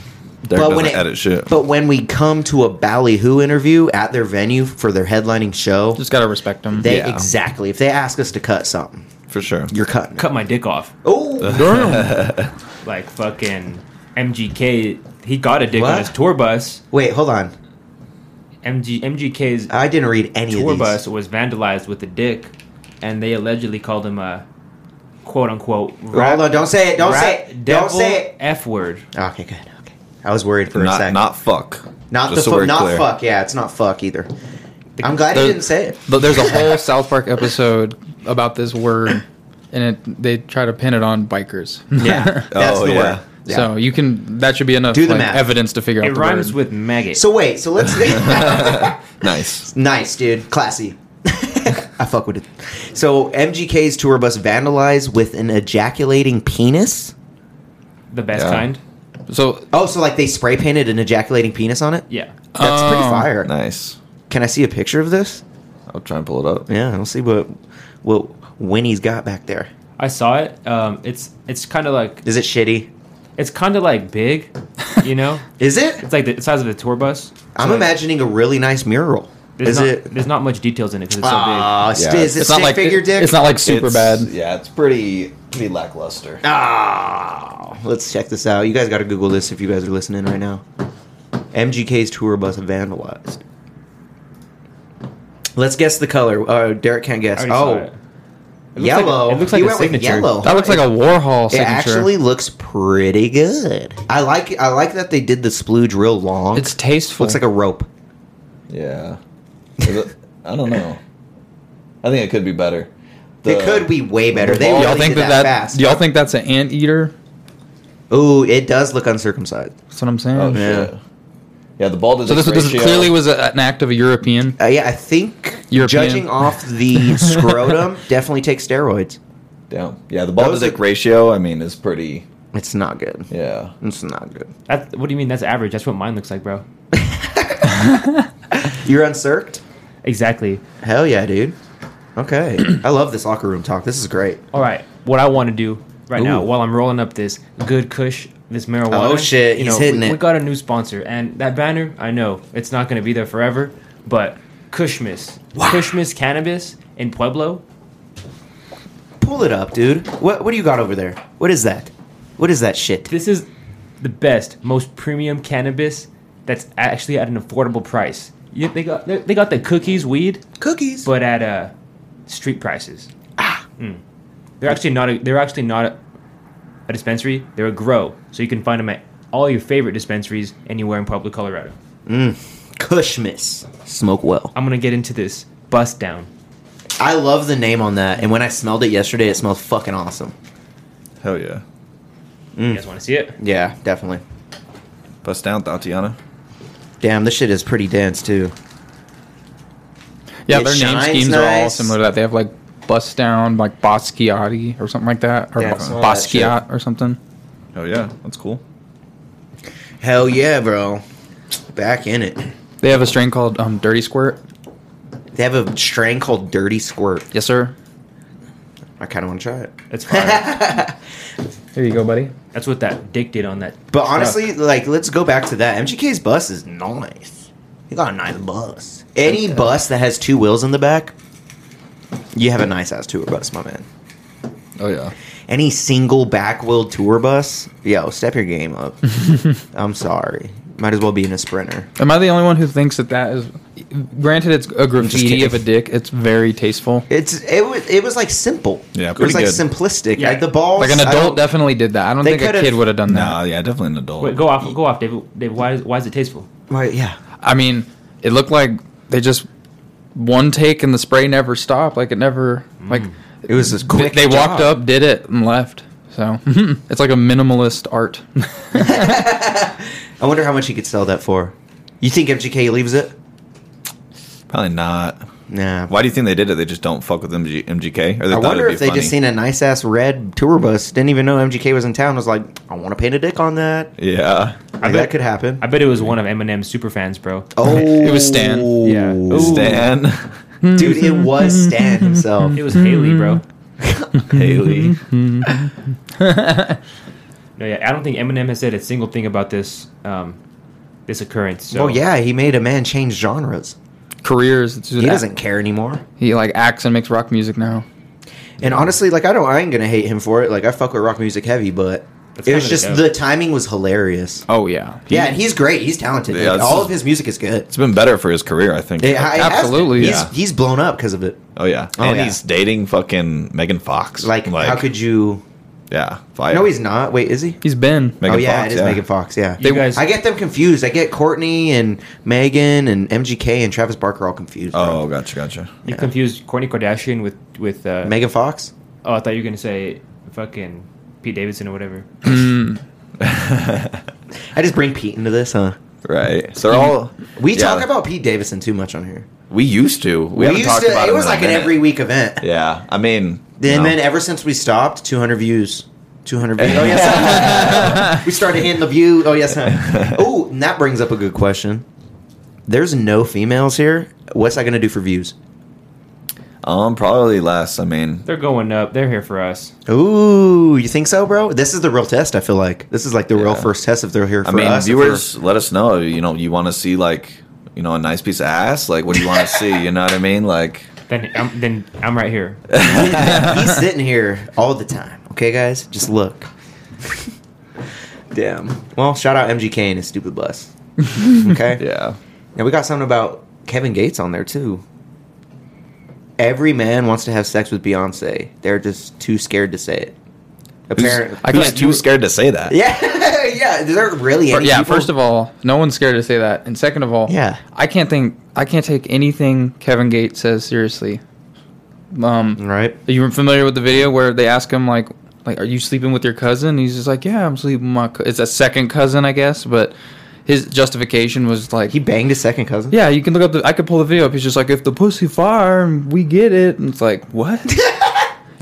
Speaker 4: Derek doesn't edit shit.
Speaker 2: but when we come to a ballyhoo interview at their venue for their headlining show,
Speaker 3: Just gotta respect them.
Speaker 2: they
Speaker 4: yeah.
Speaker 2: exactly if they ask us to cut something,
Speaker 4: for sure.
Speaker 2: you're cutting.
Speaker 1: Cut my dick off.
Speaker 2: Oh,
Speaker 1: Like fucking MGK. He got a dick on
Speaker 2: What?
Speaker 1: his tour bus.
Speaker 2: wait, hold on.
Speaker 1: MG MGK's
Speaker 2: I didn't read any of
Speaker 1: tour
Speaker 2: these.
Speaker 1: bus was vandalized with a dick, and they allegedly called him a quote unquote
Speaker 2: Hold on, don't say it. Don't say it. Don't say it.
Speaker 1: F word.
Speaker 2: Okay, good. Okay, I was worried for a
Speaker 4: Not
Speaker 2: second.
Speaker 4: not fuck.
Speaker 2: Not the
Speaker 4: Just so
Speaker 2: fu-
Speaker 4: we're
Speaker 2: not
Speaker 4: clear.
Speaker 2: fuck. Yeah, it's not fuck either. I'm glad you
Speaker 3: The-
Speaker 2: didn't say it.
Speaker 3: But there's a whole South Park episode about this word, and it, they try to pin it on bikers.
Speaker 2: Yeah, that's
Speaker 4: Oh,
Speaker 2: the
Speaker 4: yeah.
Speaker 2: word. Yeah.
Speaker 3: So you can that should be enough
Speaker 2: Do the
Speaker 3: like,
Speaker 2: math.
Speaker 3: evidence to figure out.
Speaker 1: It
Speaker 3: the
Speaker 1: rhymes
Speaker 3: word.
Speaker 1: with maggot.
Speaker 2: So wait, so let's
Speaker 4: Nice.
Speaker 2: nice, dude, classy. I fuck with it. So MGK's tour bus vandalized with an ejaculating penis.
Speaker 1: the best
Speaker 4: Yeah.
Speaker 1: kind.
Speaker 3: so
Speaker 2: Oh, so like they spray painted an ejaculating penis on it.
Speaker 1: Yeah.
Speaker 2: That's pretty
Speaker 3: Oh.
Speaker 2: fire.
Speaker 4: Nice.
Speaker 2: Can I see a picture of this?
Speaker 4: I'll try and pull it up.
Speaker 2: Yeah, I'll see what what Winnie's got back there.
Speaker 1: I saw it. Um, it's it's kind of like
Speaker 2: Is it shitty?
Speaker 1: it's kind of like big, you know.
Speaker 2: Is it?
Speaker 1: It's like the size of a tour bus.
Speaker 2: I'm
Speaker 1: So, like,
Speaker 2: imagining a really nice mural.
Speaker 1: There's
Speaker 2: Is
Speaker 1: not,
Speaker 2: it?
Speaker 1: There's not much details in it because it's
Speaker 2: Ah,
Speaker 4: Yeah,
Speaker 2: st- is it
Speaker 3: it's not
Speaker 2: stick
Speaker 3: like
Speaker 2: figure dick?
Speaker 3: It's not like super bad.
Speaker 4: Yeah, it's pretty pretty lackluster.
Speaker 2: Ah, let's check this out. You guys got to Google this if you guys are listening right now. MGK's tour bus vandalized. Let's guess the color. Uh, Derek can't
Speaker 1: so
Speaker 2: guess.
Speaker 1: big. I already saw
Speaker 2: Oh,
Speaker 1: it. It looks
Speaker 2: yellow.
Speaker 1: Like, it looks like
Speaker 2: You
Speaker 1: a
Speaker 2: went with
Speaker 1: signature.
Speaker 2: yellow.
Speaker 3: That looks like a Warhol
Speaker 2: it
Speaker 3: signature.
Speaker 2: actually looks pretty good. I like. I like that they did the splooge real long.
Speaker 3: it's tasteful.
Speaker 2: looks like a rope.
Speaker 4: Yeah. Is it- I don't know. I think it could be better. The-
Speaker 2: it could be way better. They
Speaker 4: Do
Speaker 3: do
Speaker 2: really
Speaker 3: y'all think
Speaker 2: did
Speaker 3: that,
Speaker 2: that,
Speaker 3: that
Speaker 2: fast.
Speaker 3: do y'all think that's an anteater?
Speaker 2: Ooh, it does look uncircumcised.
Speaker 3: That's what I'm saying.
Speaker 4: Oh
Speaker 2: Yeah.
Speaker 4: shit. Yeah, the ball to
Speaker 3: so this,
Speaker 4: dick
Speaker 3: this
Speaker 4: ratio-
Speaker 3: clearly was a, an act of a European.
Speaker 2: Uh, yeah, I think
Speaker 3: European.
Speaker 2: judging off the scrotum, definitely take steroids.
Speaker 4: Damn. Yeah, the ball to
Speaker 2: Those are-
Speaker 4: dick ratio. I mean, is pretty.
Speaker 2: It's not good.
Speaker 4: Yeah.
Speaker 2: It's not good.
Speaker 1: That, what do you mean? That's average. That's what mine looks like, bro.
Speaker 2: You're uncirced?
Speaker 1: Exactly.
Speaker 2: Hell yeah, dude. Okay. I love this locker room talk. This is great.
Speaker 1: All right. What I want to do right now,
Speaker 2: Ooh.
Speaker 1: while I'm rolling up this good Kush, this marijuana.
Speaker 2: Oh, shit, he's hitting
Speaker 1: we,
Speaker 2: it.
Speaker 1: We got a new sponsor, and that banner. I know it's not going to be there forever, but Kushmas, Kushmas Cannabis in Pueblo.
Speaker 2: Pull it up, dude. What what do you got over there? What is that? What is that shit?
Speaker 1: This is the best, most premium cannabis that's actually at an affordable price. You, they got they, they got the cookies, weed,
Speaker 2: Cookies.
Speaker 1: but at uh, street prices. Ah. They're actually not. A, they're actually not a, a dispensary. They're a grow, so you can find them at all your favorite dispensaries anywhere in Pueblo, Colorado.
Speaker 2: Cushmas. Smoke well.
Speaker 1: I'm gonna get into this bust down.
Speaker 2: I love the name on that, and when I smelled it yesterday, it smelled fucking awesome.
Speaker 4: Hell yeah.
Speaker 1: You
Speaker 2: Mm.
Speaker 1: guys want to see it?
Speaker 2: Yeah, definitely.
Speaker 4: Bust down, Tatiana.
Speaker 2: Damn, this shit is pretty dense too.
Speaker 3: Yeah,
Speaker 2: It
Speaker 3: their name
Speaker 2: shines
Speaker 3: schemes are all
Speaker 2: nice.
Speaker 3: similar to that. They have like bust down, like Basquiat or something like that, or
Speaker 2: Yeah, I saw that shit.
Speaker 3: Basquiat or something.
Speaker 4: Hell yeah. That's cool.
Speaker 2: Hell yeah, bro. Back in it.
Speaker 3: They have a strain called um, Dirty Squirt.
Speaker 2: They have a strain called Dirty Squirt.
Speaker 3: Yes, sir.
Speaker 2: I kind of want to try it.
Speaker 1: That's fire.
Speaker 3: Here you go, buddy.
Speaker 1: that's what that dick did on that.
Speaker 2: But honestly, like, let's go back to that. MGK's bus is nice. You got a nice bus. Any bus that has two wheels in the back, you have a nice ass tour bus, my man.
Speaker 4: Oh yeah.
Speaker 2: Any single back wheel tour bus, yo, step your game up. I'm sorry. Might as well be in a sprinter.
Speaker 3: Am I the only one who thinks that that is? Granted, it's a graffiti
Speaker 2: kidding.
Speaker 3: of a dick. It's very tasteful.
Speaker 2: It's it was it was like simple. it
Speaker 4: Yeah,
Speaker 2: was
Speaker 4: pretty
Speaker 2: like
Speaker 4: good.
Speaker 2: simplistic.
Speaker 1: Yeah.
Speaker 2: Like the balls.
Speaker 3: Like an
Speaker 2: I don't-
Speaker 3: adult definitely did that. I don't
Speaker 2: They
Speaker 3: think a
Speaker 2: could've-
Speaker 3: kid would have done that.
Speaker 4: Nah, yeah, definitely an adult.
Speaker 1: Wait, go off, go off, David. David, why is why is it tasteful?
Speaker 2: Right, yeah.
Speaker 3: I mean, it looked like they just one take and the spray never stopped. Like it never like
Speaker 2: Mm. It was this
Speaker 3: they,
Speaker 2: quick.
Speaker 3: they walked
Speaker 2: job.
Speaker 3: up, did it, and left. So it's like a minimalist art.
Speaker 2: I wonder how much he could sell that for. You think MGK leaves it?
Speaker 4: Probably not.
Speaker 2: Nah.
Speaker 4: Why do you think they did it? They just don't fuck with MG- MGK, or they
Speaker 2: I
Speaker 4: thought
Speaker 2: wonder
Speaker 4: it'd be
Speaker 2: if they
Speaker 4: funny.
Speaker 2: just seen a nice ass red tour bus, didn't even know MGK was in town. Was like, I want to paint a dick on that.
Speaker 4: Yeah,
Speaker 2: Like, that could happen.
Speaker 1: I bet it was one of Eminem's super fans, bro.
Speaker 2: oh,
Speaker 3: It was Stan.
Speaker 1: Yeah. Ooh.
Speaker 4: Stan,
Speaker 2: dude, it was Stan himself.
Speaker 1: It was Haley, bro.
Speaker 4: Haley.
Speaker 1: No, yeah, I don't think Eminem has said a single thing about this um, this occurrence. So.
Speaker 2: Oh yeah, he made a man change genres.
Speaker 3: Careers. It's just
Speaker 2: He doesn't care anymore.
Speaker 3: He like acts and makes rock music now.
Speaker 2: And honestly, like I don't, I ain't gonna hate him for it. Like I fuck with rock music heavy, but
Speaker 1: That's
Speaker 2: it was
Speaker 1: kinda
Speaker 2: just
Speaker 1: dope.
Speaker 2: the timing was hilarious.
Speaker 3: Oh yeah.
Speaker 2: yeah, and he's great. He's talented.
Speaker 4: Yeah,
Speaker 2: Like,
Speaker 4: this
Speaker 2: all
Speaker 4: is-
Speaker 2: of his music is good.
Speaker 4: it's been better for his career, I think.
Speaker 2: It- it has to.
Speaker 3: Absolutely,
Speaker 2: He's,
Speaker 4: yeah.
Speaker 2: he's blown up because of it.
Speaker 4: oh yeah,
Speaker 2: Oh,
Speaker 4: and
Speaker 2: yeah.
Speaker 4: he's dating fucking Megan Fox.
Speaker 2: Like, how could you?
Speaker 4: Yeah, fire.
Speaker 2: No, he's not. Wait, is he?
Speaker 3: He's been.
Speaker 4: Megan
Speaker 2: oh yeah,
Speaker 4: Fox,
Speaker 2: it is
Speaker 4: yeah.
Speaker 2: Megan Fox. Yeah,
Speaker 1: You guys,
Speaker 2: I get them confused. I get Courtney and Megan and MGK and Travis Barker all confused. bro.
Speaker 4: Oh, gotcha, gotcha.
Speaker 1: you confused Kourtney Kardashian with with. Uh,
Speaker 2: Megan Fox.
Speaker 1: oh, I thought you were gonna say fucking Pete Davidson or whatever.
Speaker 3: Mm.
Speaker 2: I just bring Pete into this, huh?
Speaker 4: Right. So they're all
Speaker 2: We
Speaker 4: yeah,
Speaker 2: talk about Pete Davidson too much on here.
Speaker 4: we used to. We,
Speaker 2: We,
Speaker 4: haven't
Speaker 2: used
Speaker 4: talked
Speaker 2: to.
Speaker 4: about
Speaker 2: It was
Speaker 4: in a
Speaker 2: like an
Speaker 4: minute.
Speaker 2: every week event.
Speaker 4: Yeah, I mean.
Speaker 2: Then,
Speaker 4: no.
Speaker 2: then ever since we stopped, 200 views. 200 views. Oh, yes. we started hitting the view. Oh, yes. Huh? Oh, and that brings up a good question. There's no females here. What's that going to do for views?
Speaker 4: um, probably less. I mean,
Speaker 1: They're going up. They're here for us.
Speaker 2: Ooh, you think so, bro? This is the real test, I feel like. This is like the real first test if they're here for
Speaker 4: I mean,
Speaker 2: us. if
Speaker 4: viewers, let us know. You know, you want to see like, you know, a nice piece of ass. Like, what do you want to see? You know what I mean? Like,
Speaker 1: Then I'm, then I'm right here.
Speaker 2: we're- He's sitting here all the time. Okay, guys? Just look. Damn. Well, shout out MGK and his stupid bus. Okay?
Speaker 4: yeah,
Speaker 2: Now we got something about Kevin Gates on there too. Every man wants to have sex with Beyonce. They're just too scared to say it. Apparently,
Speaker 3: I
Speaker 4: who's
Speaker 3: can't
Speaker 4: too
Speaker 3: do-
Speaker 4: scared to say that?
Speaker 2: yeah, yeah. Is there really
Speaker 3: Fir-
Speaker 2: any?
Speaker 3: yeah.
Speaker 2: people-
Speaker 3: First of all, no one's scared to say that, and second of all,
Speaker 2: Yeah.
Speaker 3: I can't think. I can't take anything Kevin Gates says seriously. Um,
Speaker 2: right?
Speaker 3: Are you familiar with the video where they ask him like, like, are you sleeping with your cousin? And he's just like, yeah, I'm sleeping with my. Co-. It's a second cousin, I guess, but his justification was like,
Speaker 2: He banged his second cousin.
Speaker 3: yeah, you can look up the. I could pull the video up. He's just like, if the pussy fire, and we get it, and it's like, what?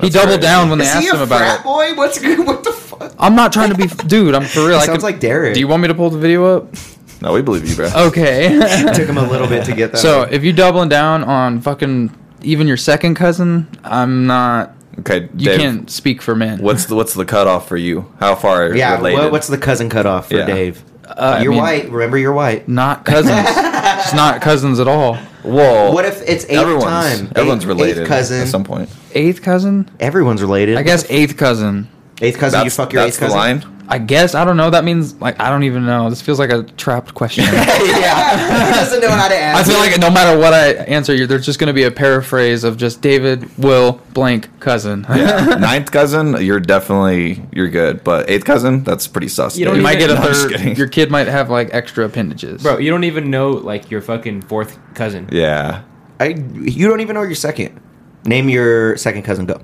Speaker 3: he doubled
Speaker 4: crazy.
Speaker 3: down when they
Speaker 2: Is
Speaker 3: asked
Speaker 2: he a
Speaker 3: him about
Speaker 2: frat
Speaker 3: it.
Speaker 2: boy? What's good? What the fuck?
Speaker 3: I'm not trying to be, dude. I'm for real.
Speaker 2: He
Speaker 3: I
Speaker 2: sounds
Speaker 3: could-
Speaker 2: like Derek.
Speaker 3: Do you want me to pull the video up?
Speaker 4: No, we believe you, bro.
Speaker 3: Okay.
Speaker 2: Took him a little bit to get that.
Speaker 3: so if you're doubling down on fucking even your second cousin, I'm not.
Speaker 4: Okay,
Speaker 3: You
Speaker 4: Dave,
Speaker 3: can't speak for men.
Speaker 4: What's the what's the cutoff for you? How far are
Speaker 2: yeah,
Speaker 4: related?
Speaker 2: what, what's the cousin cutoff for
Speaker 4: Yeah.
Speaker 2: Dave?
Speaker 3: Uh, I
Speaker 2: you're
Speaker 3: mean-
Speaker 2: white. Remember, you're white.
Speaker 3: Not cousins. it's not cousins at all.
Speaker 4: Whoa!
Speaker 2: What if it's eighth
Speaker 4: everyone's
Speaker 2: time?
Speaker 4: everyone's
Speaker 2: Eighth-
Speaker 4: related
Speaker 2: eighth cousin.
Speaker 4: at some point?
Speaker 3: Eighth cousin?
Speaker 2: Everyone's related.
Speaker 3: I guess eighth cousin.
Speaker 2: eighth cousin. you fuck your
Speaker 4: that's
Speaker 2: eighth cousin.
Speaker 4: the line.
Speaker 3: I guess I don't know. That means like I don't even know. This feels like a trapped question.
Speaker 2: yeah, he doesn't know how to ask.
Speaker 3: I feel like no matter what I answer, you there's just going to be a paraphrase of just David, Will, blank, cousin.
Speaker 4: Yeah. Ninth cousin, you're definitely you're good, but eighth cousin, that's pretty sus.
Speaker 1: You don't
Speaker 3: you
Speaker 4: dude.
Speaker 3: might get a
Speaker 4: No, I'm just
Speaker 3: third.
Speaker 4: kidding.
Speaker 3: Your kid might have like extra appendages.
Speaker 1: Bro, you don't even know like your fucking fourth cousin.
Speaker 4: yeah,
Speaker 2: I, you don't even know your second. Name your second cousin. Go.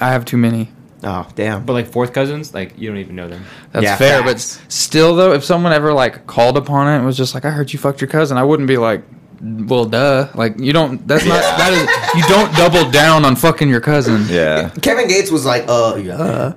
Speaker 3: I have too many.
Speaker 2: Oh damn.
Speaker 1: But like fourth cousins, like you don't even know them.
Speaker 3: That's
Speaker 2: Yeah,
Speaker 3: fair,
Speaker 2: facts.
Speaker 3: but still though, if someone ever like called upon it and was just like, "I heard you fucked your cousin," I wouldn't be like, "Well, duh." Like you don't. That's not. That is. You don't double down on fucking your cousin.
Speaker 4: yeah.
Speaker 2: Kevin Gates was like, uh, yeah.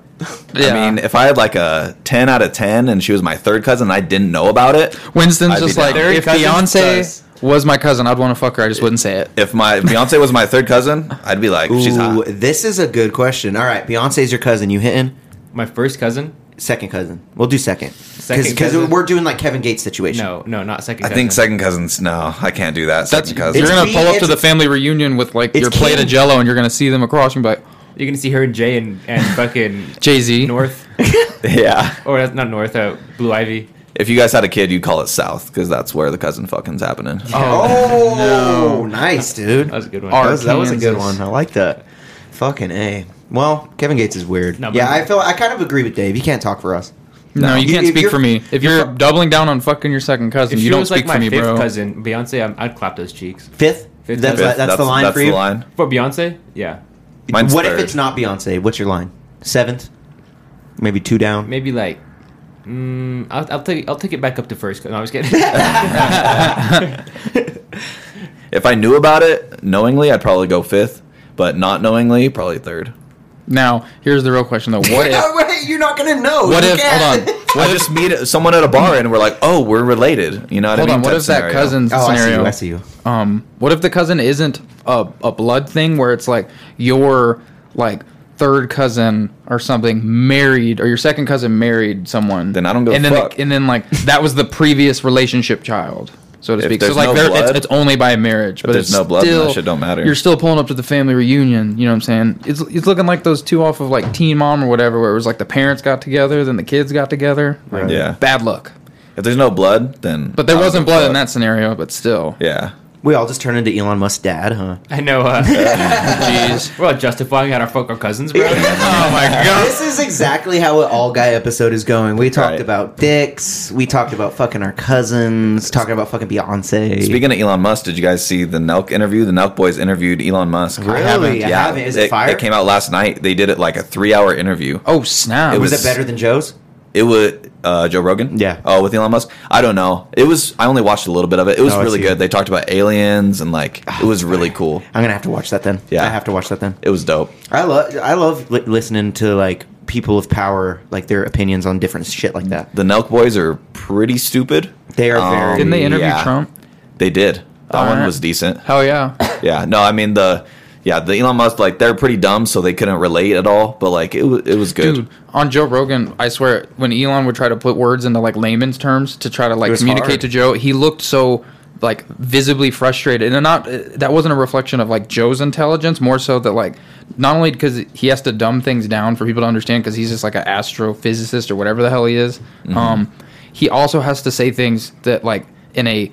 Speaker 3: Yeah.
Speaker 4: I mean, if I had like a ten out of ten, and she was my third cousin, I didn't know about it.
Speaker 3: Winston's
Speaker 4: I'd be
Speaker 3: just
Speaker 4: down.
Speaker 3: like,
Speaker 4: Third
Speaker 3: if
Speaker 4: cousin
Speaker 3: Beyonce
Speaker 4: does.
Speaker 3: was my cousin, I'd want to fuck her. I just wouldn't say it.
Speaker 4: If my if Beyonce was my third cousin, I'd be like, she's
Speaker 2: Ooh,
Speaker 4: hot.
Speaker 2: this is a good question. All right, Beyonce's your cousin. You hitting
Speaker 1: My first cousin?
Speaker 2: second cousin? We'll do second
Speaker 1: Second
Speaker 2: because
Speaker 1: cousin?
Speaker 2: we're doing like Kevin Gates situation.
Speaker 1: No, no, not second.
Speaker 4: I
Speaker 1: cousin.
Speaker 4: think second cousins. No, I can't do that.
Speaker 3: That's
Speaker 4: Second cousin.
Speaker 3: you're
Speaker 2: It's
Speaker 3: gonna
Speaker 2: me,
Speaker 3: pull up to
Speaker 2: it's-
Speaker 3: the family reunion with like
Speaker 2: It's
Speaker 3: your plate
Speaker 2: King.
Speaker 3: of Jello, and you're gonna see them across and be like,
Speaker 1: you're gonna see her and Jay and, and fucking
Speaker 3: Jay Z.
Speaker 1: North
Speaker 4: yeah.
Speaker 1: or that's not North, uh, Blue Ivy.
Speaker 4: If you guys had a kid, you'd call it South because that's where the cousin fucking's
Speaker 3: Oh,
Speaker 4: happening.
Speaker 2: Oh, nice, dude.
Speaker 1: That was a good one.
Speaker 2: That was, that was a good
Speaker 3: Arkansas.
Speaker 2: one. I like that. Fucking a. Well, Kevin Gates is weird.
Speaker 1: No, but-
Speaker 2: yeah, I feel I kind of agree with Dave. He can't talk for us.
Speaker 3: No, you
Speaker 2: You-
Speaker 3: can't
Speaker 2: if
Speaker 3: speak
Speaker 2: you're-
Speaker 3: for me. If you're doubling down on fucking your second cousin,
Speaker 1: If
Speaker 3: you
Speaker 1: she
Speaker 3: don't
Speaker 1: was
Speaker 3: speak
Speaker 1: like
Speaker 3: for
Speaker 1: my
Speaker 3: me,
Speaker 1: fifth
Speaker 3: bro.
Speaker 1: cousin, Beyonce, I'm, I'd clap those cheeks.
Speaker 2: Fifth.
Speaker 1: Fifth
Speaker 2: that's,
Speaker 1: cousin.
Speaker 2: that's the line
Speaker 4: that's
Speaker 2: for you.
Speaker 4: the line.
Speaker 1: For Beyonce, yeah,
Speaker 4: Mine's
Speaker 2: what
Speaker 4: third.
Speaker 2: if it's not Beyonce? What's your line? Seventh. Maybe two down.
Speaker 1: maybe like. Mm, I'll, I'll take I'll take it back up to first. No, I was kidding.
Speaker 4: If I knew about it knowingly, I'd probably go fifth, but not knowingly, probably third.
Speaker 3: Now, here's the real question though. What if?
Speaker 2: Oh, wait, You're not gonna know.
Speaker 3: What
Speaker 2: You
Speaker 3: if?
Speaker 2: can't.
Speaker 3: Hold on.
Speaker 4: I just meet someone at a bar and we're like, "Oh, we're related." You know what
Speaker 3: Hold
Speaker 4: I mean?
Speaker 3: on. What
Speaker 4: Type
Speaker 3: if that
Speaker 4: scenario.
Speaker 3: cousin's
Speaker 2: Oh,
Speaker 3: scenario?
Speaker 2: I see you. I see you.
Speaker 3: Um, what if the cousin isn't a, a blood thing where it's like your like third cousin or something married or your second cousin married someone?
Speaker 4: Then I don't give a
Speaker 3: and then the-
Speaker 4: fuck.
Speaker 3: and then like that was the previous relationship child. So to
Speaker 4: If
Speaker 3: speak, so
Speaker 4: there's
Speaker 3: like
Speaker 4: no
Speaker 3: they're- it's,
Speaker 4: blood-
Speaker 3: it's only by marriage, but
Speaker 4: there's
Speaker 3: it's
Speaker 4: no blood, then that
Speaker 3: Still,
Speaker 4: shit don't matter.
Speaker 3: You're still pulling up to the family reunion. You know what I'm saying? It's it's looking like those two off of like Teen Mom or whatever, where it was like the parents got together, then the kids got together. Like,
Speaker 4: Yeah.
Speaker 3: bad luck.
Speaker 4: If there's no blood, then
Speaker 3: But there
Speaker 4: I don't
Speaker 3: wasn't
Speaker 4: give a
Speaker 3: blood in
Speaker 4: fuck.
Speaker 3: that scenario, but still.
Speaker 4: Yeah.
Speaker 2: We all just turn into Elon Musk's dad, huh?
Speaker 1: I know. Uh,
Speaker 3: Jeez.
Speaker 1: we're all justifying how to fuck our cousins, bro.
Speaker 3: Oh my god.
Speaker 2: This is exactly how an all guy episode is going. We talked
Speaker 4: Right.
Speaker 2: about dicks. We talked about fucking our cousins. Talking about fucking Beyonce.
Speaker 4: Speaking of Elon Musk, did you guys see the Nelk interview? The Nelk boys interviewed Elon Musk.
Speaker 2: Really? I haven't. I haven't. Is it fire?
Speaker 4: It came out last night. They did it like a three-hour interview.
Speaker 3: Oh snap!
Speaker 4: It
Speaker 2: was
Speaker 4: was-
Speaker 2: it better than Joe's?
Speaker 4: It would uh, Joe Rogan.
Speaker 2: Yeah.
Speaker 4: Oh, with Elon Musk. I don't know. It was. I only watched a little bit of it. It was
Speaker 2: Oh, I
Speaker 4: really
Speaker 2: see.
Speaker 4: good. They talked about aliens and like it was really cool.
Speaker 2: I'm gonna have to watch that then.
Speaker 4: Yeah.
Speaker 2: I have to watch that then.
Speaker 4: It was dope.
Speaker 2: I love I love li- listening to like people of power, like their opinions on different shit like that.
Speaker 4: The Nelk boys are pretty stupid.
Speaker 2: They are
Speaker 4: Um,
Speaker 2: very.
Speaker 3: Didn't they interview
Speaker 4: Yeah.
Speaker 3: Trump?
Speaker 4: They did. That
Speaker 3: All
Speaker 4: one
Speaker 3: right.
Speaker 4: was decent.
Speaker 3: Hell yeah!
Speaker 4: Yeah. No, I mean the yeah the Elon Musk like they're pretty dumb, so they couldn't relate at all. But like it was it was good.
Speaker 3: Dude, on Joe Rogan, I swear, when Elon would try to put words into like layman's terms to try to like
Speaker 2: was
Speaker 3: communicate
Speaker 2: hard.
Speaker 3: to Joe, he looked so like visibly frustrated, and not uh, that wasn't a reflection of like Joe's intelligence, more so that like not only because he has to dumb things down for people to understand because he's just like an astrophysicist or whatever the hell he is.
Speaker 2: Mm-hmm.
Speaker 3: Um, he also has to say things that like in a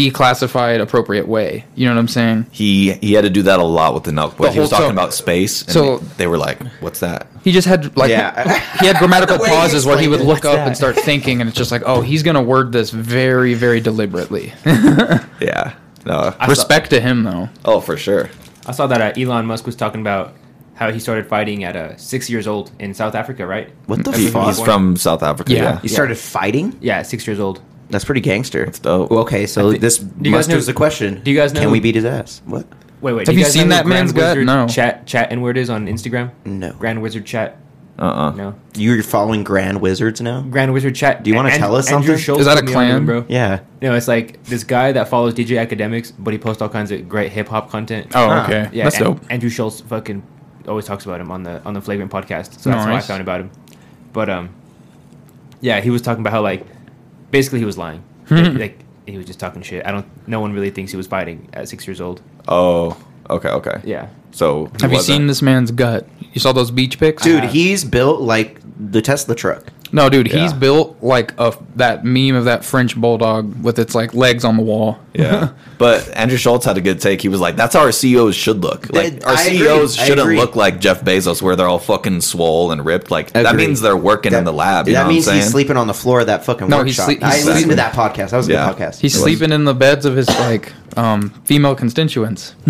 Speaker 3: declassified appropriate way. You know what I'm saying?
Speaker 4: He he had to do that a lot with the Nelk boys. he
Speaker 3: whole
Speaker 4: was talking
Speaker 3: time.
Speaker 4: about space, and
Speaker 3: So-
Speaker 4: they were like, "What's that?"
Speaker 3: He just had like
Speaker 2: Yeah.
Speaker 3: he had grammatical
Speaker 2: The way he
Speaker 3: pauses where he
Speaker 2: explained
Speaker 3: would
Speaker 2: it,
Speaker 3: look
Speaker 2: what's
Speaker 3: up
Speaker 2: that?
Speaker 3: and start thinking, and it's just like, oh, he's gonna word this very, very deliberately.
Speaker 4: Yeah. No.
Speaker 3: Respect to him though.
Speaker 4: oh, for sure.
Speaker 1: I saw that uh, Elon Musk was talking about how he started fighting at uh, six years old in South Africa, right?
Speaker 2: what the
Speaker 1: He's-
Speaker 2: fuck?
Speaker 4: He's from South Africa.
Speaker 3: Yeah.
Speaker 4: Yeah.
Speaker 2: you started fighting?
Speaker 1: Yeah, at six years old.
Speaker 2: That's pretty gangster. That's
Speaker 4: dope.
Speaker 2: Okay, so this
Speaker 1: you guys know-
Speaker 2: musters the question.
Speaker 1: do you guys know
Speaker 2: Can
Speaker 1: who-
Speaker 2: we beat his ass? What?
Speaker 1: Wait, wait.
Speaker 3: Have
Speaker 1: do
Speaker 3: you
Speaker 1: guys
Speaker 3: seen
Speaker 1: know
Speaker 3: that
Speaker 1: who Grand
Speaker 3: man's gut?
Speaker 1: Wizard
Speaker 3: No. Mm.
Speaker 1: Chat chat and where it is on Instagram.
Speaker 2: No.
Speaker 1: Grand Wizard chat.
Speaker 4: Uh-uh.
Speaker 1: No.
Speaker 2: You're following Grand Wizards now?
Speaker 1: Grand Wizard chat.
Speaker 2: Do you wanna
Speaker 1: An-
Speaker 2: tell us
Speaker 1: Andrew
Speaker 2: something?
Speaker 1: Schultz
Speaker 3: Is that a
Speaker 1: put me onto
Speaker 3: clan?
Speaker 1: him, bro?
Speaker 2: Yeah.
Speaker 1: No, it's like this guy that follows DJ Academics, but he posts all kinds of great hip hop content.
Speaker 3: Oh,
Speaker 2: Huh.
Speaker 3: okay.
Speaker 1: yeah,
Speaker 3: That's
Speaker 1: An-
Speaker 3: dope.
Speaker 1: Andrew Schultz fucking always talks about him on the on the Flagrant podcast, so that's how I
Speaker 3: Nice.
Speaker 1: found about him. But um, yeah, he was talking about how like basically he was lying, like he was just talking shit. I don't. No one really thinks he was fighting at six years old.
Speaker 4: Oh, okay, okay.
Speaker 1: Yeah,
Speaker 4: So who
Speaker 3: Have you
Speaker 4: was
Speaker 3: seen
Speaker 4: that?
Speaker 3: this man's gut? You saw those beach pics,
Speaker 2: Dude, he's built like the Tesla truck.
Speaker 3: No, dude,
Speaker 4: Yeah.
Speaker 3: he's built like a that meme of that French bulldog with its like legs on the wall.
Speaker 4: Yeah, but Andrew Schultz had a good take. He was like, "That's how our CEOs should look. Like
Speaker 2: That-
Speaker 4: our
Speaker 2: I agree.
Speaker 4: CEOs
Speaker 2: I
Speaker 4: shouldn't
Speaker 2: agree.
Speaker 4: look like Jeff Bezos, where they're all fucking swole and ripped. Like that
Speaker 2: Agree.
Speaker 4: means they're working in the lab. You
Speaker 2: that
Speaker 4: know
Speaker 2: means
Speaker 4: what I'm
Speaker 2: he's
Speaker 4: saying?
Speaker 2: sleeping on the floor of that fucking
Speaker 3: No, he's
Speaker 2: workshop.
Speaker 3: sleep- he's
Speaker 2: I listened
Speaker 4: sleeping.
Speaker 2: to that podcast. That was a
Speaker 4: Yeah.
Speaker 2: good podcast.
Speaker 3: He's
Speaker 4: It was-
Speaker 3: sleeping in the beds of his like um, female constituents.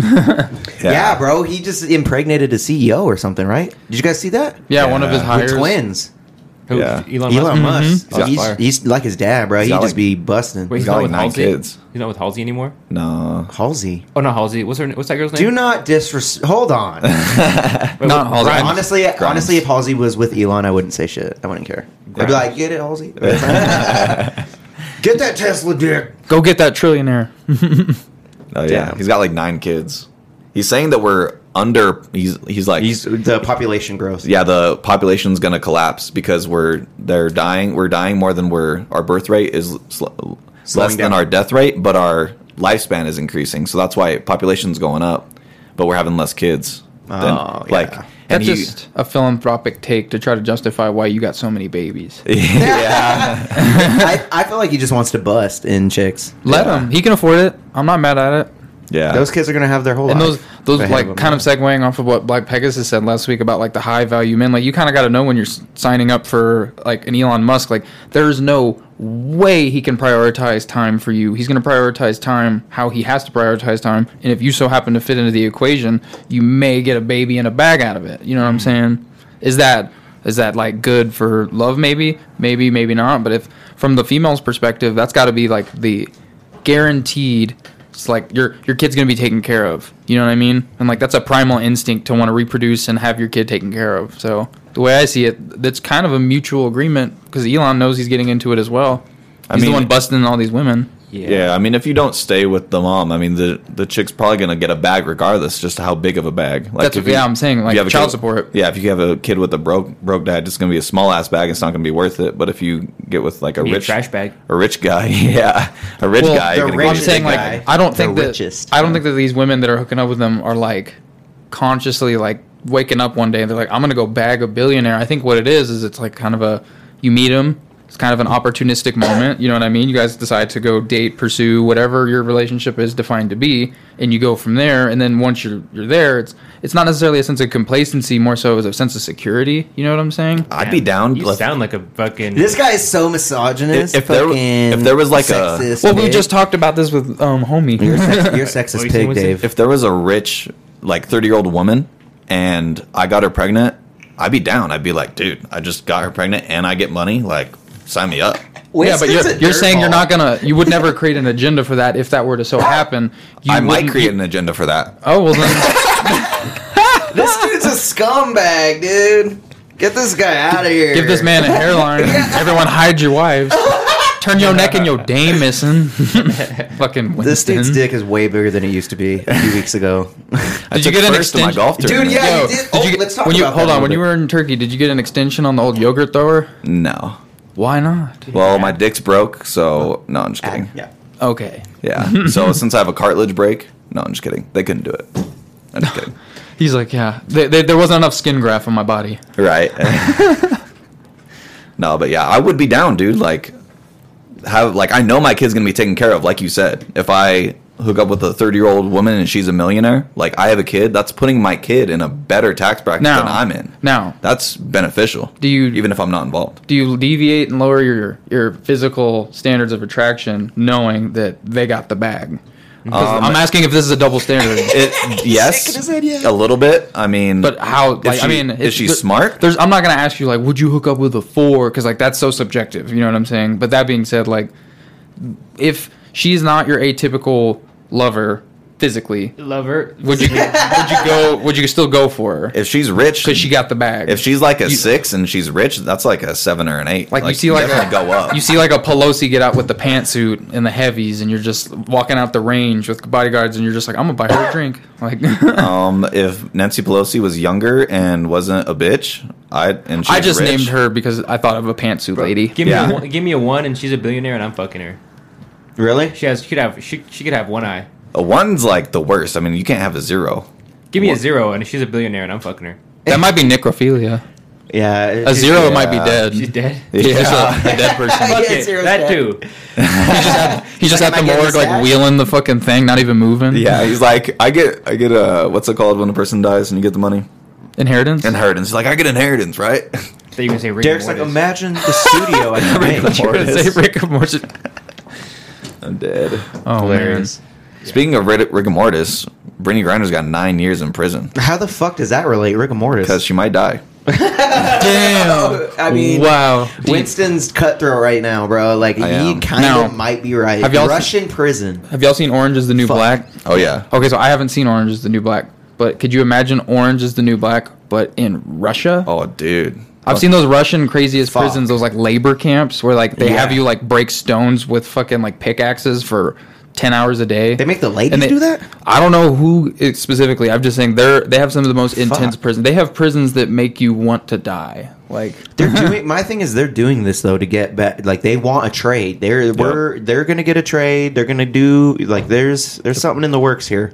Speaker 2: yeah. bro. He just impregnated a CEO or something, right? Did you guys see that?
Speaker 3: Yeah, one of his
Speaker 4: Yeah.
Speaker 3: hires.
Speaker 2: With twins.
Speaker 1: Who-
Speaker 4: Yeah.
Speaker 1: Elon, Musk.
Speaker 2: Elon
Speaker 1: Mm-hmm.
Speaker 2: Musk. Mm-hmm.
Speaker 4: Mhm.
Speaker 2: He's,
Speaker 4: He's got
Speaker 2: he's like his dad, bro. He'd
Speaker 4: got
Speaker 2: just
Speaker 4: like-
Speaker 2: be busting.
Speaker 1: Wait, he's
Speaker 4: got
Speaker 1: not
Speaker 4: like
Speaker 1: with
Speaker 4: nine
Speaker 1: Halsey.
Speaker 4: kids.
Speaker 1: He's not with Halsey anymore.
Speaker 4: No,
Speaker 2: Halsey.
Speaker 1: Oh, not Halsey. What's her? What's that girl's name?
Speaker 2: Do not disres. Hold on.
Speaker 1: Wait,
Speaker 3: Not
Speaker 1: what-
Speaker 3: Halsey.
Speaker 1: Brian-
Speaker 2: honestly, honestly, if Halsey was with Elon, I wouldn't say shit. I wouldn't care. I'd be like, get it, Halsey. get that Tesla dick.
Speaker 3: Go get that trillionaire.
Speaker 4: oh yeah,
Speaker 2: Damn.
Speaker 4: he's got like nine kids. He's saying that we're under. He's he's like
Speaker 2: He's the population growth.
Speaker 4: yeah, the population's going to collapse because we're they're dying. We're dying more than we're our birth rate is sl- less
Speaker 2: down.
Speaker 4: than our death rate, but our lifespan is increasing. So that's why population's going up, but we're having less kids. than-
Speaker 2: Oh, yeah.
Speaker 4: like and
Speaker 3: That's
Speaker 4: he,
Speaker 3: just a philanthropic take to try to justify why you got so many babies.
Speaker 4: yeah,
Speaker 2: I, I feel like he just wants to bust in chicks.
Speaker 3: Let
Speaker 4: Yeah.
Speaker 3: him. He can afford it. I'm not mad at it.
Speaker 4: yeah.
Speaker 2: Those kids are gonna have their whole
Speaker 3: And those
Speaker 2: life.
Speaker 3: those
Speaker 2: ahead
Speaker 3: like
Speaker 2: them,
Speaker 3: kind
Speaker 2: yeah.
Speaker 3: of segueing off of what Black Pegasus said last week about like the high value men. Like you kind of got to know when you're s- signing up for like an Elon Musk. Like there's no way he can prioritize time for you. He's going to prioritize time how he has to prioritize time. And if you so happen to fit into the equation, you may get a baby in a bag out of it. You know what I'm saying? Is that is that like good for love? Maybe, maybe, maybe not. But if from the female's perspective, that's got to be like the guaranteed it's like your your kid's gonna be taken care of you know what i mean and like that's a primal instinct to want to reproduce and have your kid taken care of so the way i see it that's kind of a mutual agreement because elon knows he's getting into it as well he's
Speaker 4: I
Speaker 3: the
Speaker 4: mean-
Speaker 3: one busting all these women
Speaker 1: Yeah.
Speaker 4: yeah, I mean, if you don't stay with the mom, I mean, the the chick's probably gonna get a bag regardless, just how big of a bag. Like,
Speaker 3: That's-
Speaker 4: if you-
Speaker 3: yeah, I'm saying,
Speaker 4: if
Speaker 3: like,
Speaker 4: you have a
Speaker 3: child
Speaker 4: kid-
Speaker 3: support.
Speaker 4: Yeah, if you have a kid with a broke broke dad, it's gonna be a small ass bag. It's not gonna be worth it. But if you get with like a
Speaker 1: Be a
Speaker 4: rich
Speaker 1: trash bag.
Speaker 4: a rich guy, yeah, a rich
Speaker 3: Well,
Speaker 4: guy, you're
Speaker 2: they're rich
Speaker 4: gonna get
Speaker 3: i'm
Speaker 2: Richest
Speaker 3: saying
Speaker 2: guy.
Speaker 3: like i don't
Speaker 2: The
Speaker 3: think that
Speaker 2: richest.
Speaker 3: i don't think that these women that are hooking up with them are like consciously like waking up one day and they're like i'm gonna go bag a billionaire i think what it is is it's like kind of a you meet him it's kind of an opportunistic moment you know what i mean you guys decide to go date pursue whatever your relationship is defined to be and you go from there and then once you're you're there it's it's not necessarily a sense of complacency more so as a sense of security you know what i'm saying
Speaker 4: I'd be down.
Speaker 1: You
Speaker 4: Let's-
Speaker 1: sound like a fucking.
Speaker 2: This guy is so misogynist.
Speaker 4: If- if there-
Speaker 2: fucking
Speaker 4: if there was like a-
Speaker 2: sexist
Speaker 3: well we
Speaker 2: pig.
Speaker 3: just talked about this with um homie
Speaker 2: You're, sex, you're sexist
Speaker 1: What you saying,
Speaker 2: pig,
Speaker 1: what's it-
Speaker 2: Dave.
Speaker 4: if there was a rich like 30 year old woman and i got her pregnant i'd be down i'd be like dude i just got her pregnant and i get money like sign me up
Speaker 3: yeah, but you're, you're saying you're not gonna, you would never create an agenda for that if that were to so happen. You
Speaker 4: i might
Speaker 3: wouldn't-
Speaker 4: create an agenda for that
Speaker 3: Oh well, then
Speaker 2: This dude's a scumbag, dude. Get this guy out of here.
Speaker 3: give this man a hairline. Everyone hide your wives. Turn your neck and your dame missing. Fucking Winston.
Speaker 2: This dude's dick is way bigger than it used to be a few weeks ago.
Speaker 4: I
Speaker 3: Did you
Speaker 4: took
Speaker 3: get an
Speaker 4: first in my
Speaker 3: extension?
Speaker 4: golf
Speaker 2: Dude,
Speaker 4: tournament.
Speaker 2: yeah.
Speaker 3: Yo,
Speaker 2: you did- oh,
Speaker 3: you get-
Speaker 2: let's talk
Speaker 3: when you
Speaker 2: about that
Speaker 3: hold
Speaker 2: a
Speaker 3: on?
Speaker 2: little
Speaker 3: When you
Speaker 2: bit.
Speaker 3: were in Turkey, did you get an extension on the old yogurt thrower?
Speaker 4: no
Speaker 3: Why not?
Speaker 4: well my dick's broke so no i'm just kidding
Speaker 2: yeah.
Speaker 3: Okay,
Speaker 4: yeah so since i have a cartilage break no i'm just kidding they couldn't do it i'm just kidding
Speaker 3: he's like, yeah, they, they, there wasn't enough skin graft on my body.
Speaker 4: right no but yeah i would be down dude like have like i know my kid's gonna be taken care of like you said if i hook up with a 30 year old woman and she's a millionaire like i have a kid that's putting my kid in a better tax bracket
Speaker 3: Now
Speaker 4: than i'm in
Speaker 3: Now,
Speaker 4: that's beneficial
Speaker 3: Do you-
Speaker 4: even if i'm not involved
Speaker 3: do you deviate and lower your your physical standards of attraction knowing that they got the bag 'Cause
Speaker 4: Um,
Speaker 3: i'm asking if this is a double standard
Speaker 4: it,
Speaker 2: shaking his
Speaker 4: yes
Speaker 2: head, yeah.
Speaker 4: a little bit i mean
Speaker 3: but how
Speaker 4: if
Speaker 3: like i
Speaker 4: she-
Speaker 3: mean
Speaker 4: is she
Speaker 3: there-
Speaker 4: smart
Speaker 3: there's i'm not gonna ask you like would you hook up with a four because like that's so subjective you know what i'm saying but that being said like if she's not your atypical lover physically,
Speaker 1: Love her.
Speaker 3: would you would you go? Would you still go for her?
Speaker 4: If she's rich,
Speaker 3: Because she got the bag.
Speaker 4: if she's like a
Speaker 3: You-
Speaker 4: six and she's rich, that's like a seven or an eight.
Speaker 3: like, you see like a,
Speaker 4: definitely go up.
Speaker 3: You see like a Pelosi get out with the pantsuit and the heavies, and you're just walking out the range with bodyguards, and you're just like, I'm gonna buy her a drink. Like,
Speaker 4: um, if Nancy Pelosi was younger and wasn't a bitch, I and she
Speaker 3: I just named her because I thought of a pantsuit lady.
Speaker 1: Give me
Speaker 4: Yeah.
Speaker 1: a one, give me a one, and she's a billionaire, and I'm fucking her.
Speaker 2: Really?
Speaker 1: She has she could have she, she could have one eye.
Speaker 4: a uh, one's like the worst. I mean, you can't have a zero.
Speaker 1: Give me a zero, and she's a billionaire, and I'm fucking her.
Speaker 3: That might be necrophilia.
Speaker 2: Yeah.
Speaker 3: A zero
Speaker 2: yeah.
Speaker 3: might be dead.
Speaker 1: She's dead.
Speaker 3: Yeah, it's a, a dead person.
Speaker 1: Fuck
Speaker 2: Yeah,
Speaker 1: it,
Speaker 2: Mm. zero's
Speaker 1: that
Speaker 2: dead.
Speaker 1: too.
Speaker 3: He's just
Speaker 2: Like,
Speaker 3: at the
Speaker 2: am I getting
Speaker 3: morgue,
Speaker 2: this
Speaker 3: like
Speaker 2: back?
Speaker 3: wheeling the fucking thing, not even moving.
Speaker 4: Yeah, he's like, I get, I get a what's it called when a person dies and you get the money
Speaker 3: Inheritance.
Speaker 4: inheritance. He's like, I get inheritance, right?
Speaker 1: That you can say Rick
Speaker 2: Derek's
Speaker 1: and
Speaker 2: like,
Speaker 1: Mortis.
Speaker 2: imagine the studio I could
Speaker 4: Rick
Speaker 2: make.
Speaker 4: and
Speaker 3: You're gonna
Speaker 4: Mortis.
Speaker 3: say Rick and Morty.
Speaker 4: I'm dead.
Speaker 3: Oh,
Speaker 1: Hilarious.
Speaker 3: man.
Speaker 4: Speaking of rig- rigor mortis, Brittany Griner's got nine years in prison
Speaker 2: How the fuck does that relate, Rick and
Speaker 4: because
Speaker 2: Mortis?
Speaker 4: she might die.
Speaker 3: Damn.
Speaker 2: Oh, I mean,
Speaker 3: wow. Do you-
Speaker 2: Winston's cutthroat right now, bro. Like
Speaker 4: I
Speaker 2: he
Speaker 4: am.
Speaker 2: kind
Speaker 3: Now,
Speaker 2: of might be right.
Speaker 3: have y'all
Speaker 2: Russian prison?
Speaker 3: have y'all seen Orange is the New
Speaker 2: Fuck.
Speaker 3: Black?
Speaker 4: Oh yeah,
Speaker 3: Okay, so I haven't seen Orange is the New Black, but could you imagine Orange is the New Black, but in Russia?
Speaker 4: oh dude.
Speaker 3: I've seen those Russian craziest
Speaker 2: Fuck.
Speaker 3: prisons, those like labor camps where like they have
Speaker 2: Yeah.
Speaker 3: you like break stones with fucking like pickaxes for ten hours a day.
Speaker 2: They make the ladies
Speaker 3: And they-
Speaker 2: do that.
Speaker 3: I don't know who it- specifically. I'm just saying they're they have some of the most intense prisons. They have prisons that make you want to die. Like
Speaker 2: They're doing. My thing is, they're doing this though to get back. Like they want a trade. They're we're they're gonna get a trade. They're gonna do like there's there's something in the works here.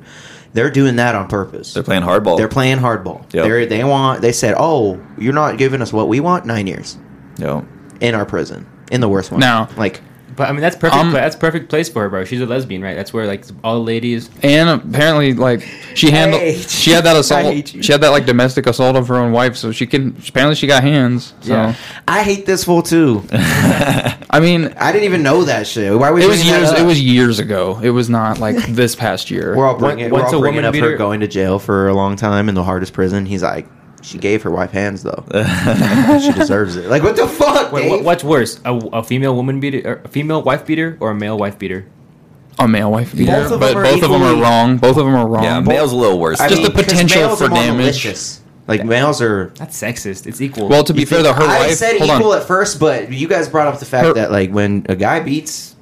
Speaker 2: They're doing that on purpose.
Speaker 4: They're playing hardball.
Speaker 2: They're playing hardball.
Speaker 4: Yep.
Speaker 2: They're, they want. They said, "Oh, you're not giving us what we want. Nine years
Speaker 4: Yo.
Speaker 2: in our prison, in the worst one."
Speaker 3: Now-
Speaker 2: like
Speaker 1: But I mean, that's perfect.
Speaker 3: Um,
Speaker 1: pla- that's perfect place for her, bro. She's a lesbian, right? That's where like all the ladies.
Speaker 3: and apparently like she handled
Speaker 2: hate
Speaker 3: she
Speaker 2: you.
Speaker 3: had that
Speaker 2: I
Speaker 3: assault
Speaker 2: hate you.
Speaker 3: she had that like domestic assault of her own wife, so she can apparently she got hands. So
Speaker 1: Yeah.
Speaker 2: I hate this fool too.
Speaker 3: I mean
Speaker 2: I didn't even know that shit. Why we
Speaker 3: it was
Speaker 2: bringing that
Speaker 3: years
Speaker 2: up?
Speaker 3: it was years ago. It was not like this past year.
Speaker 2: We're all bringing,
Speaker 1: Once
Speaker 2: we're all
Speaker 1: a
Speaker 2: bringing
Speaker 1: woman
Speaker 2: up
Speaker 1: beater-
Speaker 2: her going to jail for a long time in the hardest prison. He's like, she gave her wife hands though. she deserves it. Like, what the fuck?
Speaker 1: Wait,
Speaker 2: Dave?
Speaker 1: what, what's worse, a, a female woman beater, or a female wife beater, or a male wife beater?
Speaker 3: a male wife beater,
Speaker 2: Both of
Speaker 3: but
Speaker 2: them are
Speaker 3: both of them are
Speaker 2: equally-
Speaker 3: wrong. Both of them are wrong.
Speaker 4: Yeah, male's a little worse.
Speaker 2: I
Speaker 3: just
Speaker 2: mean,
Speaker 3: the
Speaker 2: 'cause
Speaker 3: potential
Speaker 2: males are
Speaker 3: for
Speaker 2: more
Speaker 3: damage.
Speaker 2: malicious. Like males are.
Speaker 1: That's sexist. It's equal.
Speaker 3: well, to be fair, though, her
Speaker 2: I
Speaker 3: wife.
Speaker 2: said
Speaker 3: hold
Speaker 2: equal
Speaker 3: on.
Speaker 2: at first, but you guys brought up the fact
Speaker 3: Her-
Speaker 2: that like when a guy beats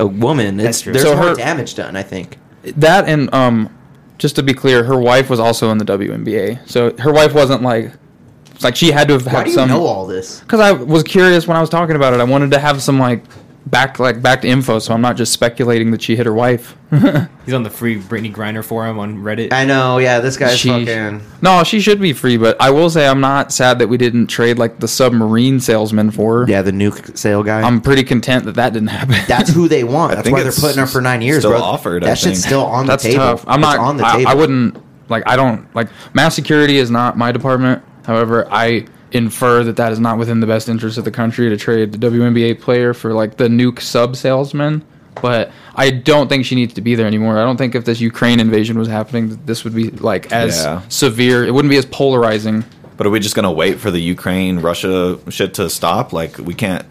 Speaker 2: a woman, it's,
Speaker 1: That's true.
Speaker 2: there's
Speaker 3: So
Speaker 2: more
Speaker 3: her-
Speaker 2: damage done. I think.
Speaker 3: That and um, just to be clear, her wife was also in the WNBA, so her wife wasn't like, it's like she had to have
Speaker 2: Why
Speaker 3: had
Speaker 2: do you
Speaker 3: some.
Speaker 2: know all this?
Speaker 3: Because I was curious when I was talking about it, I wanted to have some like back like backed info, so I'm not just speculating that she hit her wife.
Speaker 1: he's on the free Brittany Griner forum on Reddit.
Speaker 2: I know. Yeah, this guy's
Speaker 3: She-
Speaker 2: fucking.
Speaker 3: No, she should be free, but I will say I'm not sad that we didn't trade like the submarine salesman for her.
Speaker 2: Yeah, the nuke sale guy.
Speaker 3: I'm pretty content that that didn't happen.
Speaker 2: That's who they want.
Speaker 4: I
Speaker 2: That's
Speaker 4: think
Speaker 2: why they're
Speaker 4: it's
Speaker 2: putting her for nine years,
Speaker 4: still
Speaker 2: bro.
Speaker 4: offered, I
Speaker 2: that shit's
Speaker 4: think.
Speaker 2: still on
Speaker 3: That's
Speaker 2: the table.
Speaker 3: tough. I'm
Speaker 2: It's
Speaker 3: not
Speaker 2: on the
Speaker 3: I,
Speaker 2: table.
Speaker 3: I wouldn't like. I don't like mass security is not my department. However, I infer that that is not within the best interest of the country to trade the WNBA player for like the nuke sub salesman. But I don't think she needs to be there anymore. I don't think if this Ukraine invasion was happening, that this would be like as
Speaker 4: Yeah.
Speaker 3: severe. It wouldn't be as polarizing.
Speaker 4: But are we just gonna wait for the Ukraine Russia shit to stop? Like we can't.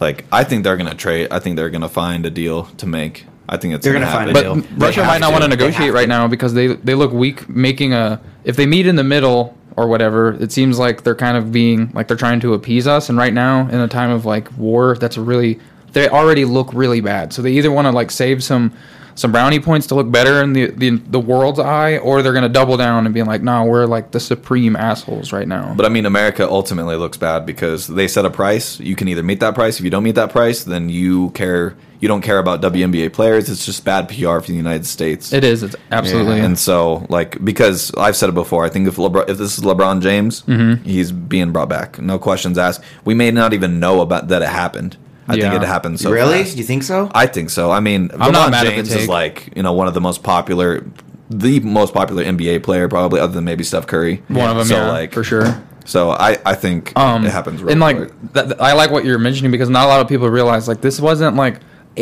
Speaker 4: Like I think they're gonna trade. I think they're gonna find a deal to make. I think it's
Speaker 2: They're
Speaker 4: gonna,
Speaker 2: gonna find
Speaker 4: happen.
Speaker 2: a
Speaker 3: But
Speaker 2: deal.
Speaker 3: m- Russia might not want to negotiate right now because they they look weak making a if they meet in the middle or whatever, it seems like they're kind of being like they're trying to appease us and right now in a time of like war, that's a really they already look really bad. So they either want to like save some some brownie points to look better in the, the the world's eye or they're going to double down and be like, "No, we're like the supreme assholes right now."
Speaker 4: But I mean, America ultimately looks bad because they set a price. You can either meet that price. If you don't meet that price, then you care. You don't care about WNBA players. It's just bad PR for the United States.
Speaker 3: it is it's absolutely
Speaker 4: And so, like, because I've said it before, I think if LeBron, if this is LeBron James,
Speaker 3: Mm-hmm.
Speaker 4: he's being brought back. No questions asked. We may not even know about that it happened. I
Speaker 3: Yeah.
Speaker 4: think it happened so
Speaker 2: really?
Speaker 4: fast.
Speaker 2: You think so?
Speaker 4: I think so. I mean,
Speaker 3: I'm
Speaker 4: LeBron
Speaker 3: not mad at the
Speaker 4: James
Speaker 3: take.
Speaker 4: is like you know one of the most popular, the most popular NBA player probably, other than maybe Steph Curry.
Speaker 3: one of them
Speaker 4: So
Speaker 3: yeah,
Speaker 4: like
Speaker 3: for sure.
Speaker 4: So I I think
Speaker 3: um,
Speaker 4: it happens really
Speaker 3: and like
Speaker 4: quick.
Speaker 3: th- th- I like what you're mentioning because not a lot of people realize like this wasn't like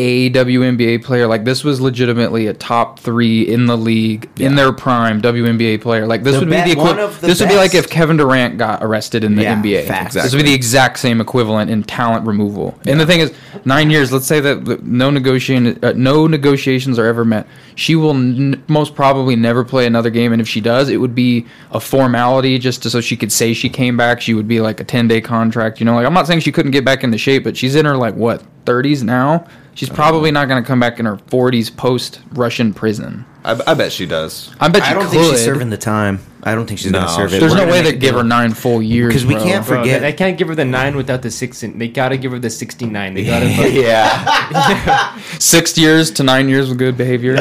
Speaker 3: AWNBA player. Like this was legitimately a top three in the league in their prime WNBA player. Like this
Speaker 2: The
Speaker 3: would
Speaker 2: be-
Speaker 3: be
Speaker 2: one
Speaker 3: the equivalent.
Speaker 2: of the
Speaker 3: this would be like
Speaker 2: best.
Speaker 3: if Kevin Durant got arrested in the
Speaker 2: Yeah,
Speaker 3: NBA.
Speaker 2: facts.
Speaker 3: This would be the exact same equivalent in talent removal. And the thing is, nine years. Let's say that the- no negotiation, uh, no negotiations are ever met. She will n- most probably never play another game, and if she does, it would be a formality just to, so she could say she came back. She would be like a ten day contract. You know, like I'm not saying she couldn't get back into shape, but she's in her like what 30s now. She's
Speaker 2: Uh-huh.
Speaker 3: probably not going to come back in her 40s post Russian prison.
Speaker 4: I, I bet she does.
Speaker 3: I bet you
Speaker 2: I don't
Speaker 3: could.
Speaker 2: think she's serving the time. I don't think she's going
Speaker 4: No.
Speaker 2: to serve it.
Speaker 3: There's
Speaker 2: We're
Speaker 3: no
Speaker 2: gonna
Speaker 3: way
Speaker 2: make
Speaker 3: they
Speaker 2: it
Speaker 3: give her
Speaker 2: go.
Speaker 3: nine full years
Speaker 2: 'Cause we
Speaker 3: bro.
Speaker 2: can't
Speaker 1: Bro,
Speaker 2: forget-
Speaker 1: they, they can't give her the nine without the six. And they gotta give her the sixty-nine. They gotta. fuck-
Speaker 4: Yeah.
Speaker 3: six years to nine years of good behavior.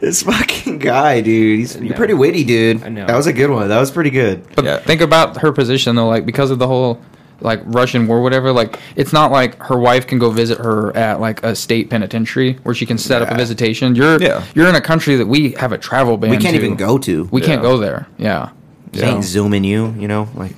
Speaker 2: This fucking guy, dude. He's you're
Speaker 1: know.
Speaker 2: pretty witty, dude.
Speaker 1: I know.
Speaker 2: That was a good one. That was pretty good.
Speaker 3: But
Speaker 4: Yeah.
Speaker 3: think about her position though, like because of the whole like Russian war, whatever. Like it's not like her wife can go visit her at like a state penitentiary where she can set up a visitation. You're
Speaker 4: Yeah.
Speaker 3: you're in a country that we have a travel ban.
Speaker 2: We can't
Speaker 3: to.
Speaker 2: even go to.
Speaker 3: We can't
Speaker 4: Yeah.
Speaker 3: go there. Yeah.
Speaker 2: They ain't zooming you, you know? Like,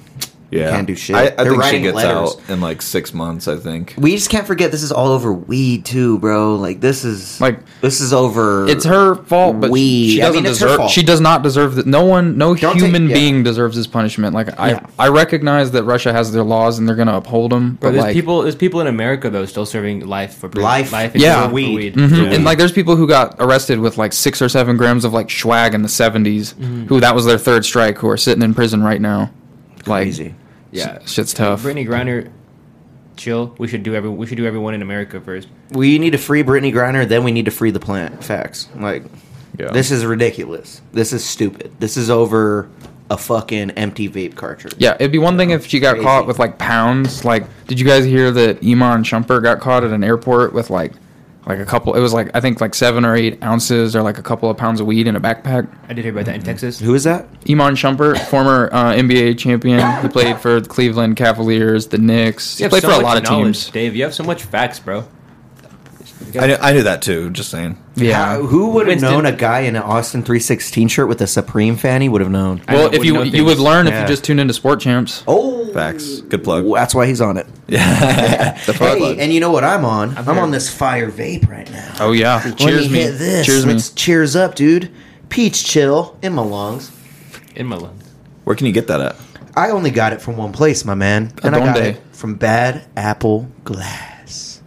Speaker 4: yeah.
Speaker 2: Can't do shit.
Speaker 4: I, I
Speaker 2: They're
Speaker 4: think she
Speaker 2: writing
Speaker 4: gets
Speaker 2: letters.
Speaker 4: out in like six months, I think.
Speaker 2: we just can't forget this is all over weed, too, bro. Like, this is.
Speaker 3: Like-
Speaker 2: this is over.
Speaker 3: It's her fault, but
Speaker 2: We-
Speaker 3: she
Speaker 2: I mean,
Speaker 3: doesn't
Speaker 2: it's her
Speaker 3: deserve.
Speaker 2: fault.
Speaker 3: She does not deserve that. No one, no
Speaker 2: Don't take-
Speaker 3: human
Speaker 2: yeah.
Speaker 3: being deserves this punishment. Like I,
Speaker 2: Yeah.
Speaker 3: I recognize that Russia has their laws and they're going to uphold them.
Speaker 1: Bro,
Speaker 3: but
Speaker 1: there's
Speaker 3: like,
Speaker 1: people. There's people in America though still serving life for prison-
Speaker 2: Life.
Speaker 1: life
Speaker 3: Yeah.
Speaker 1: for
Speaker 2: Weed.
Speaker 3: Mhm.
Speaker 1: For
Speaker 3: And
Speaker 1: weed.
Speaker 3: like, there's people who got arrested with like six or seven grams of like swag in the 70s, who that was their third strike, who are sitting in prison right now. Like,
Speaker 2: crazy.
Speaker 1: Yeah.
Speaker 3: sh- shit's tough.
Speaker 1: Brittany Griner, chill. We should do every. We should do everyone in America first.
Speaker 2: We need to free Brittany Griner, then we need to free the plant. Facts. Like,
Speaker 4: Yeah.
Speaker 2: this is ridiculous. This is stupid. This is over a fucking empty vape cartridge.
Speaker 3: Yeah, it'd be one thing if she got
Speaker 2: Crazy.
Speaker 3: caught with like pounds. Like, did you guys hear that Iman Shumpert got caught at an airport with like, like a couple? It was like I think like seven or eight ounces or like a couple of pounds of weed in a backpack.
Speaker 1: I did hear about that
Speaker 3: Mm-hmm.
Speaker 1: in Texas.
Speaker 2: Who is that?
Speaker 3: Iman Shumpert, former uh, NBA champion, he played for the Cleveland Cavaliers, the Knicks. He
Speaker 1: have
Speaker 3: played
Speaker 1: so
Speaker 3: for a
Speaker 1: much
Speaker 3: lot of
Speaker 1: knowledge,
Speaker 3: teams.
Speaker 1: Dave. You have so much facts, bro.
Speaker 4: I knew, I knew that too. Just saying.
Speaker 3: Yeah,
Speaker 2: How- who would have
Speaker 1: Winston.
Speaker 2: known a guy in an Austin 316 shirt with a Supreme fanny would have known?
Speaker 1: I
Speaker 3: Well,
Speaker 1: don't-
Speaker 3: if
Speaker 1: wouldn't
Speaker 3: you
Speaker 1: know
Speaker 3: you
Speaker 1: things.
Speaker 3: would learn if
Speaker 2: Yeah.
Speaker 3: you just tuned into Sport Champs.
Speaker 2: Oh,
Speaker 4: Facts. Good plug.
Speaker 2: That's why he's on it.
Speaker 4: Yeah. the
Speaker 2: Hey,
Speaker 4: plug.
Speaker 2: and you know what I'm on? I'm
Speaker 1: here.
Speaker 2: on this fire vape right now.
Speaker 3: Oh yeah,
Speaker 2: Let
Speaker 3: cheers
Speaker 2: me,
Speaker 3: me,
Speaker 2: hit this.
Speaker 3: cheers me.
Speaker 2: Let's cheers up, dude. Peach chill in my lungs.
Speaker 1: in my lungs.
Speaker 4: Where can you get that at?
Speaker 2: I only got it from one place, my man. And I got
Speaker 3: Adonde.
Speaker 2: it from Bad Apple Glass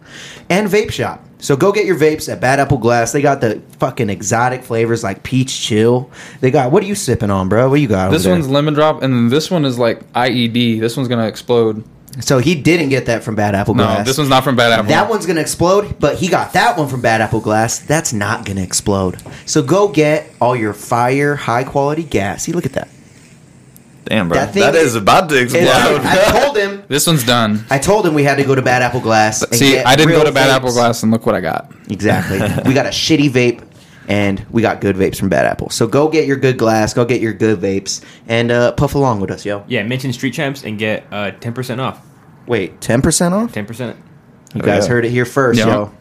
Speaker 2: and Vape Shop. So go get your vapes at Bad Apple Glass. They got the fucking exotic flavors like peach chill. They got what are you sipping on, bro? What you got?
Speaker 3: This
Speaker 2: over there?
Speaker 3: one's lemon drop, and then this one is like IED. This one's gonna explode.
Speaker 2: so he didn't get that from Bad Apple
Speaker 3: No,
Speaker 2: Glass.
Speaker 3: this one's not from Bad Apple.
Speaker 2: That one's gonna explode, but he got that one from Bad Apple Glass. That's not gonna explode. So go get all your fire, high quality gas. See, look at that.
Speaker 4: Damn, bro.
Speaker 2: That thing-
Speaker 4: that is about to explode.
Speaker 2: And I, I told him.
Speaker 3: This one's done.
Speaker 2: I told him we had to go to Bad Apple Glass. and
Speaker 3: See,
Speaker 2: get
Speaker 3: I didn't
Speaker 2: real
Speaker 3: go to Bad
Speaker 2: vapes.
Speaker 3: Apple Glass, and look what I got.
Speaker 2: Exactly. we got a shitty vape, and we got good vapes from Bad Apple. So go get your good glass. Go get your good vapes, and uh, puff along with us, yo.
Speaker 1: Yeah, mention Street Champs and get uh, 10% off.
Speaker 2: Wait, ten percent off.
Speaker 1: 10%.
Speaker 2: You guys
Speaker 4: yeah.
Speaker 2: heard it here first,
Speaker 3: Oh, Yeah.
Speaker 2: yo.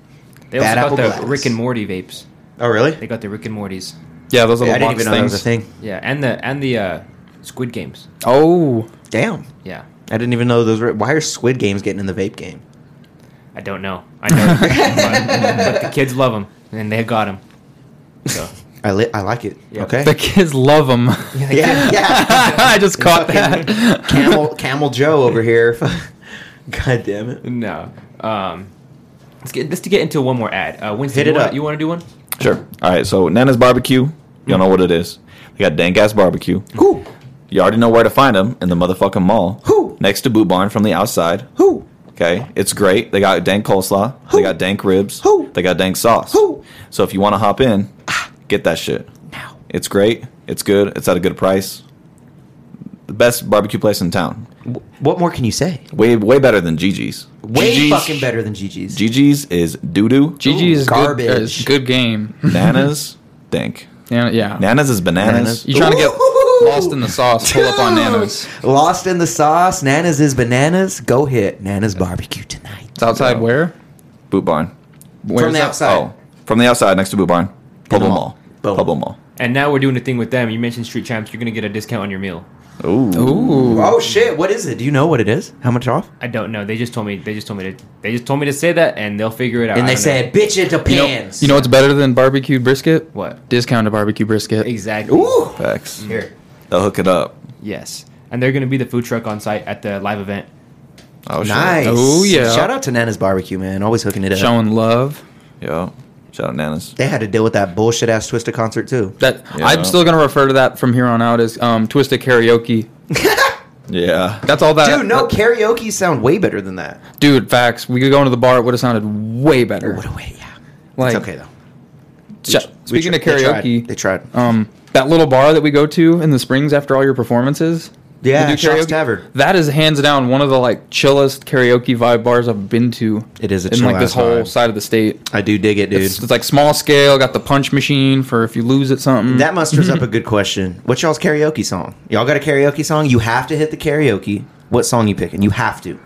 Speaker 1: They also got
Speaker 2: Bad Apple
Speaker 1: the
Speaker 2: Glass.
Speaker 1: Rick and Morty vapes.
Speaker 2: Oh, really?
Speaker 1: They got the Rick and Mortys.
Speaker 3: Yeah, those are
Speaker 2: I
Speaker 3: the
Speaker 2: didn't
Speaker 3: box
Speaker 2: even know that was a
Speaker 3: things.
Speaker 2: thing.
Speaker 1: Yeah, and the and the uh, Squid Games.
Speaker 3: Oh,
Speaker 2: Damn.
Speaker 1: Yeah,
Speaker 2: I didn't even know those were. Why are Squid Games getting in the vape game?
Speaker 1: I don't know. I know, but, but the kids love them, and they got them. So
Speaker 2: I li- I like it.
Speaker 1: Yeah.
Speaker 2: Okay.
Speaker 3: the kids love them.
Speaker 2: yeah, yeah.
Speaker 3: I just caught that.
Speaker 2: Camel Camel Joe over here. God damn it.
Speaker 1: no, um, let's get let's to get into one more ad. Uh, Winston,
Speaker 2: Hit
Speaker 1: you
Speaker 2: it
Speaker 1: wanna-
Speaker 2: up.
Speaker 1: You want to do one?
Speaker 4: Sure. All right. So Nana's barbecue. Y'all know what it is. We got dank ass barbecue.
Speaker 2: Who?
Speaker 4: You already know where to find them in the motherfucking mall.
Speaker 2: Who?
Speaker 4: Next to Boot Barn from the outside.
Speaker 2: Who?
Speaker 4: Okay, it's great. They got dank coleslaw. They got dank ribs.
Speaker 2: Who?
Speaker 4: They got dank sauce.
Speaker 2: Who?
Speaker 4: So if you want to hop in, get that shit.
Speaker 2: Now.
Speaker 4: It's great. It's good. It's at a good price. The best barbecue place in town.
Speaker 2: What more can you say?
Speaker 4: Way way better than Gigi's.
Speaker 2: Way
Speaker 4: Gigi's,
Speaker 2: fucking better than GG's.
Speaker 4: Gigi's is doo doo.
Speaker 3: GG is
Speaker 2: garbage.
Speaker 3: garbage. Good, uh, is good game.
Speaker 4: Nana's dank.
Speaker 3: Yeah, yeah.
Speaker 4: Nana's is
Speaker 2: Nana's.
Speaker 4: bananas.
Speaker 3: You trying to get
Speaker 2: Ooh.
Speaker 3: lost in the sauce? Pull up on Nana's.
Speaker 2: Lost in the sauce. Nana's is bananas. Go hit Nana's barbecue tonight.
Speaker 3: It's outside where?
Speaker 4: Boot Barn.
Speaker 3: Where's
Speaker 2: From the
Speaker 3: that?
Speaker 2: outside.
Speaker 4: Oh, from the outside next to Boot Barn.
Speaker 2: the
Speaker 4: Pueblo
Speaker 2: mall.
Speaker 4: Mall.
Speaker 2: Boom.
Speaker 4: Pueblo Mall.
Speaker 1: And now we're doing a thing with them. You mentioned Street Champs. You're gonna get a discount on your meal.
Speaker 3: Ooh.
Speaker 2: Oh shit! What is it? Do you know what it is? How much off?
Speaker 1: I don't know. They just told me. They just told me to. They just told me to say that, and they'll figure it out.
Speaker 2: And
Speaker 1: I
Speaker 2: they
Speaker 1: don't know.
Speaker 2: said, "Bitch, it
Speaker 3: You know,
Speaker 2: depends."
Speaker 3: you know what's better than barbecue brisket?
Speaker 1: What?
Speaker 3: Discounted barbecue brisket.
Speaker 1: exactly.
Speaker 2: Ooh.
Speaker 4: Facts.
Speaker 2: Here.
Speaker 4: They'll hook it up.
Speaker 1: Yes, and they're going to be the food truck on site at the live event.
Speaker 4: Oh, shit.
Speaker 2: Nice.
Speaker 3: Oh, yeah.
Speaker 2: Shout out to Nana's Barbecue, man. Always hooking it up.
Speaker 3: Showing love.
Speaker 4: Yo, shout out Nanas.
Speaker 2: They had to deal with that bullshit ass Twista concert too.
Speaker 3: That
Speaker 4: Yeah.
Speaker 3: I'm still gonna refer to that from here on out as um, twisted karaoke.
Speaker 4: Yeah.
Speaker 3: That's all that.
Speaker 2: Dude, no karaoke sound way better than that.
Speaker 3: Dude, facts. We could go into the bar. It would have sounded way better.
Speaker 2: What a way, yeah.
Speaker 3: like,
Speaker 2: it's okay though.
Speaker 3: sh- speaking
Speaker 2: We
Speaker 3: of
Speaker 2: tr- they tried.
Speaker 3: karaoke,
Speaker 2: they tried.
Speaker 3: um, that little bar that we go to in the Springs after all your performances.
Speaker 2: yeah,
Speaker 3: we do
Speaker 2: Shots
Speaker 3: karaoke.
Speaker 2: Tavern.
Speaker 3: That is hands down one of the like chillest karaoke vibe bars I've been to.
Speaker 2: It is a
Speaker 3: in like
Speaker 2: chill-ass
Speaker 3: this whole
Speaker 2: vibe.
Speaker 3: side of the state.
Speaker 2: I do dig it, dude.
Speaker 3: It's, it's like small scale. Got the punch machine for if you lose at something.
Speaker 2: that musters up a good question. What's y'all's karaoke song? Y'all got a karaoke song? You have to hit the karaoke. What song you picking? You have to.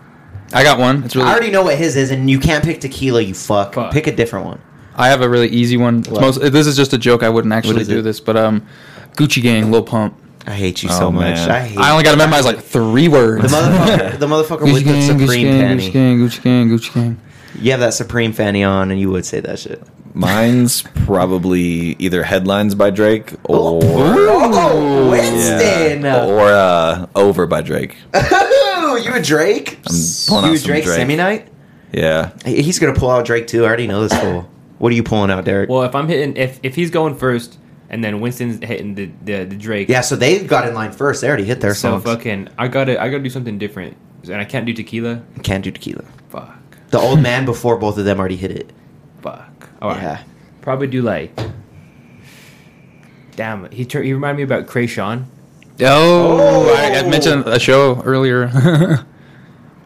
Speaker 3: I got one. It's really.
Speaker 2: I already know what his is, and you can't pick tequila. You fuck.
Speaker 1: Fuck.
Speaker 2: Pick a different one.
Speaker 3: I have a really easy one. It's
Speaker 2: What?
Speaker 3: most, this is just a joke. I wouldn't actually
Speaker 2: is
Speaker 3: do
Speaker 2: it?
Speaker 3: this, but um, Gucci Gang, Lil Pump.
Speaker 2: I hate you
Speaker 4: Oh,
Speaker 2: so much.
Speaker 4: man.
Speaker 2: I hate.
Speaker 3: I only got to memorize like three
Speaker 2: the
Speaker 3: words.
Speaker 2: motherfucker. the motherfucker
Speaker 3: Gucci
Speaker 2: with the
Speaker 3: Gang, Gucci
Speaker 2: supreme
Speaker 3: Gang, Gucci
Speaker 2: panty.
Speaker 3: Gang, Gucci Gang, Gucci Gang.
Speaker 2: You have that supreme fanny on, and you would say that shit.
Speaker 4: Mine's probably either Headlines by Drake or
Speaker 2: Oh,
Speaker 4: Yeah.
Speaker 2: Winston.
Speaker 3: Oh,
Speaker 4: or uh, Over by Drake.
Speaker 2: Oh, you a Drake?
Speaker 4: I'm pulling
Speaker 2: you
Speaker 4: out
Speaker 2: a
Speaker 4: some
Speaker 2: Drake,
Speaker 4: Drake.
Speaker 2: semi night?
Speaker 4: Yeah.
Speaker 2: He's gonna pull out Drake too. I already know this fool. What are you pulling out, Derek?
Speaker 1: Well, if I'm hitting, if if he's going first, and then Winston's hitting the the, the Drake.
Speaker 2: yeah, so they got in line first. They already hit their
Speaker 1: So
Speaker 2: songs.
Speaker 1: fucking, I gotta I gotta do something different, and I can't do tequila.
Speaker 2: Can't do tequila.
Speaker 1: Fuck.
Speaker 2: The old man before both of them already hit it.
Speaker 1: Fuck. All right.
Speaker 2: Yeah.
Speaker 1: Probably do like. Damn, he tur- he reminded me about Krayshawn.
Speaker 3: Oh, I, I mentioned a show earlier.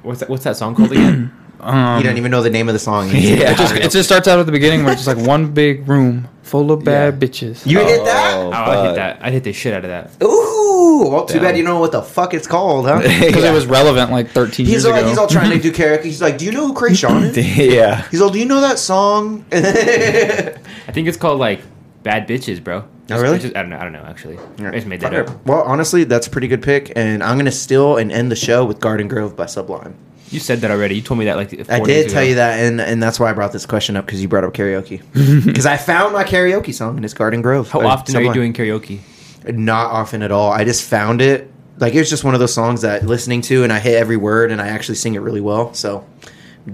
Speaker 3: Um,
Speaker 1: What's that, what's that song called again?
Speaker 2: you don't even know the name of the song.
Speaker 3: it, just, it just starts out at the beginning where it's just like one big room full of bad bitches.
Speaker 2: you hit that?
Speaker 1: oh, I hit that. I hit the shit out of that.
Speaker 2: Ooh. Well, too
Speaker 4: Damn.
Speaker 2: bad you don't know what the fuck it's called, huh?
Speaker 3: Because it was relevant like 13 years
Speaker 2: He's all,
Speaker 3: ago.
Speaker 2: he's all trying to do karaoke. He's like, "Do you know who Krayshawn is?"
Speaker 4: yeah.
Speaker 2: He's all, "Do you know that song?"
Speaker 1: I think it's called like Bad Bitches, bro. It's-
Speaker 2: Oh, really?
Speaker 1: it's just- I don't know. I don't know actually.
Speaker 2: Yeah.
Speaker 1: I just made that
Speaker 2: Fuck
Speaker 1: up.
Speaker 2: it. Well, honestly, that's a pretty good pick, and I'm gonna steal and end the show with Garden Grove by Sublime.
Speaker 1: You said that already. You told me that like. Four
Speaker 2: I
Speaker 1: days
Speaker 2: did
Speaker 1: ago.
Speaker 2: tell you that, and and that's why I brought this question up because you brought up karaoke. Because I found my karaoke song, and it's Garden Grove.
Speaker 1: How
Speaker 2: by
Speaker 1: often are you
Speaker 2: Sublime.
Speaker 1: doing karaoke?
Speaker 2: Not often at all. I just found it. Like it was just one of those songs that listening to, and I hit every word, and I actually sing it really well. So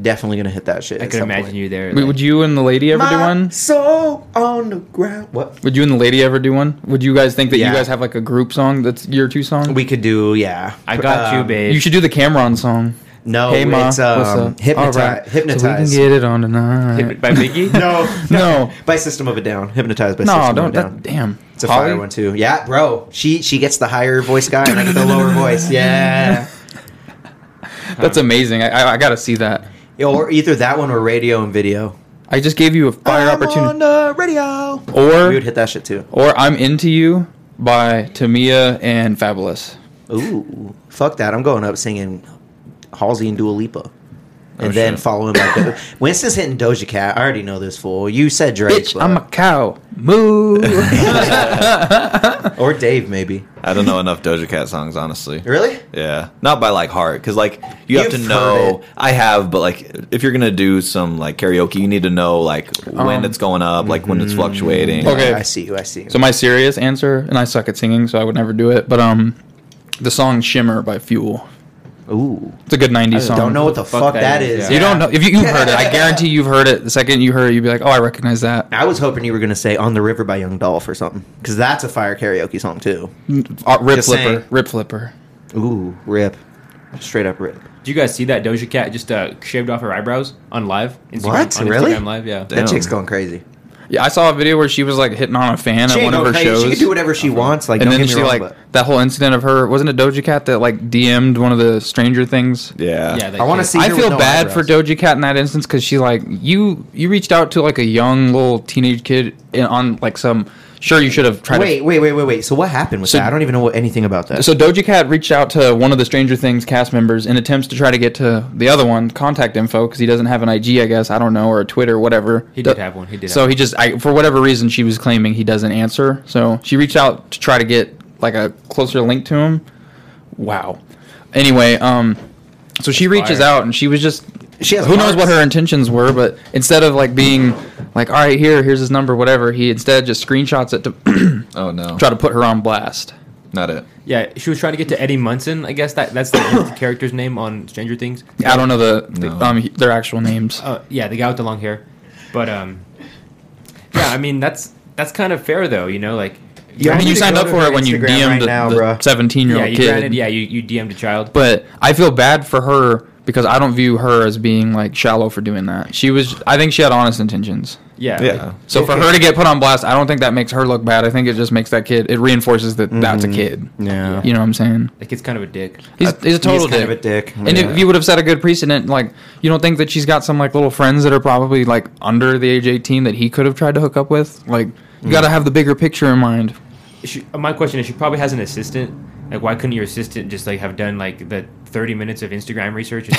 Speaker 2: definitely gonna hit that shit.
Speaker 1: I
Speaker 2: at
Speaker 1: could
Speaker 2: some
Speaker 1: imagine
Speaker 2: point.
Speaker 1: you there.
Speaker 3: Wait,
Speaker 1: like-
Speaker 3: would you and the lady ever do
Speaker 2: My
Speaker 3: one?
Speaker 2: soul on the ground. What
Speaker 3: Would you and the lady ever do one? Would you guys think that
Speaker 2: Yeah.
Speaker 3: you guys have like a group song that's your two song?
Speaker 2: we could do? Yeah,
Speaker 1: I got you,
Speaker 2: Um,
Speaker 1: babe.
Speaker 3: you should do the Cameron song.
Speaker 2: No,
Speaker 3: hey ma,
Speaker 2: it's um,
Speaker 3: what's up?
Speaker 2: hypnotize.
Speaker 3: All right, So we can
Speaker 2: Hypnotize.
Speaker 3: get it on tonight.
Speaker 1: Hit it by Biggie.
Speaker 2: no,
Speaker 3: no,
Speaker 2: by System of a Down. Hypnotized by
Speaker 3: no,
Speaker 2: System
Speaker 3: don't.
Speaker 2: of a Down.
Speaker 3: That, damn,
Speaker 2: It's a
Speaker 3: Holly?
Speaker 2: fire one too. Yeah, bro. She she gets the higher voice guy and I get the lower voice. Yeah.
Speaker 3: That's amazing. I, I, I gotta see that.
Speaker 2: Yo, or either that one or radio and video.
Speaker 3: I just gave you a fire
Speaker 2: I'm on
Speaker 3: opportunity.
Speaker 2: the radio. We
Speaker 3: Or
Speaker 2: would hit that shit too.
Speaker 3: or I'm into you by Tamia and Fabulous.
Speaker 2: Ooh, fuck that. I'm going up singing Halsey and Dua Lipa. And
Speaker 4: Oh,
Speaker 2: then
Speaker 4: shit.
Speaker 2: following my Do- Winston's hitting Doja Cat. I already know this fool. You said Drake,
Speaker 3: Bitch,
Speaker 2: but-
Speaker 3: I'm a cow. Moo.
Speaker 2: or Dave maybe.
Speaker 4: I don't know enough Doja Cat songs, honestly.
Speaker 2: Really?
Speaker 4: Yeah, not by like heart, because like you have
Speaker 2: You've heard
Speaker 4: to know.
Speaker 2: it.
Speaker 4: I have, but like if you're gonna do some like karaoke, you need to know like when
Speaker 3: Um, mm-hmm.
Speaker 4: it's going up, like when it's fluctuating.
Speaker 3: Okay.
Speaker 2: I see you. I see you.
Speaker 3: so my serious answer, and I suck at singing, so I would never do it. But um, the song "Shimmer" by Fuel.
Speaker 2: Ooh,
Speaker 3: It's a good '90s song.
Speaker 2: don't know what the fuck, that is.
Speaker 3: You don't know if you, you've heard it. I guarantee you've heard it. The second you heard it, you'd be like, "Oh, I recognize that."
Speaker 2: I was hoping you were gonna say "On the River" by Young Dolph or something, because that's a fire karaoke song too.
Speaker 3: Uh, rip
Speaker 2: Just
Speaker 3: flipper.
Speaker 2: saying.
Speaker 3: Rip flipper.
Speaker 2: Ooh, rip, straight up rip.
Speaker 1: Do you guys see that Doja Cat just uh, shaved off her eyebrows on live? Instagram,
Speaker 2: What?
Speaker 1: On
Speaker 2: Really?
Speaker 1: Instagram live, yeah.
Speaker 2: That
Speaker 4: Damn.
Speaker 2: chick's going crazy.
Speaker 3: Yeah, I saw a video where she was like hitting on a fan
Speaker 2: She
Speaker 3: at
Speaker 2: ain't
Speaker 3: one of
Speaker 2: going
Speaker 3: her
Speaker 2: crazy.
Speaker 3: shows.
Speaker 2: She can do whatever she wants. Like,
Speaker 3: and
Speaker 2: don't
Speaker 3: then
Speaker 2: get me
Speaker 3: she
Speaker 2: wrong,
Speaker 3: like
Speaker 2: but-
Speaker 3: that whole incident of her wasn't it Doja Cat that like DM'd one of the Stranger Things.
Speaker 4: Yeah.
Speaker 1: Yeah, that
Speaker 2: I want to
Speaker 1: kid.
Speaker 2: see.
Speaker 3: I
Speaker 2: her with
Speaker 3: feel
Speaker 2: no
Speaker 3: bad for
Speaker 2: eyebrows.
Speaker 3: Doja Cat in that instance because she like you you reached out to like a young little teenage kid in, on like some sure you should have tried.
Speaker 2: Wait, wait, wait, wait, wait. So what happened with
Speaker 3: So-
Speaker 2: that? I don't even know what, anything about that.
Speaker 3: To, so Doja Cat reached out to one of the Stranger Things cast members in attempts to try to get to the other one contact info because he doesn't have an IG I guess I don't know or a Twitter whatever.
Speaker 1: He did have one. He did
Speaker 3: So
Speaker 1: have
Speaker 3: he just I, for whatever reason she was claiming he doesn't answer. So she reached out to try to get like a closer link to him. wow. Anyway, um, so she reaches
Speaker 1: Fire.
Speaker 3: out and she was just
Speaker 2: She has
Speaker 3: who knows what
Speaker 2: hearts.
Speaker 3: her intentions were, but instead of like being like, all right, here, here's his number, whatever, he instead just screenshots it to
Speaker 4: Oh no,
Speaker 3: try to put her on blast.
Speaker 4: not it.
Speaker 1: Yeah, she was trying to get to Eddie Munson. I guess that that's the, that's the character's name on Stranger Things.
Speaker 3: I don't know the, the-
Speaker 4: No.
Speaker 3: um their actual names.
Speaker 1: Uh, yeah, the guy with the long hair. But um, yeah, I mean that's that's kind of fair though. You know, like
Speaker 3: I mean, you signed up for it when you DM'd
Speaker 2: right
Speaker 3: the-
Speaker 2: now,
Speaker 3: the
Speaker 2: bruh.
Speaker 1: yeah,
Speaker 3: seventeen-year-old
Speaker 1: you
Speaker 3: kid.
Speaker 1: granted, yeah, you you DM'd a child.
Speaker 3: But I feel bad for her because I don't view her as being like shallow for doing that. She was, I think, she had honest intentions.
Speaker 1: yeah,
Speaker 4: Yeah,
Speaker 3: So for her to get put on blast, I don't think that makes her look bad. I think it just makes that kid. It reinforces that that's a
Speaker 1: Mm-hmm.
Speaker 3: kid.
Speaker 2: Yeah.
Speaker 3: You know what I'm saying?
Speaker 1: the kid's kind of a dick.
Speaker 3: He's, he's a total
Speaker 2: He's
Speaker 3: dick.
Speaker 2: kind of a dick.
Speaker 3: And
Speaker 2: Yeah.
Speaker 3: if you would have set a good precedent, like you don't think that she's got some like little friends that are probably like under the age 18 that he could have tried to hook up with. Like you
Speaker 2: Mm.
Speaker 3: got to have the bigger picture in mind.
Speaker 1: She, uh, my question is, she probably has an assistant. Like, why couldn't your assistant just like have done like the thirty minutes of Instagram research and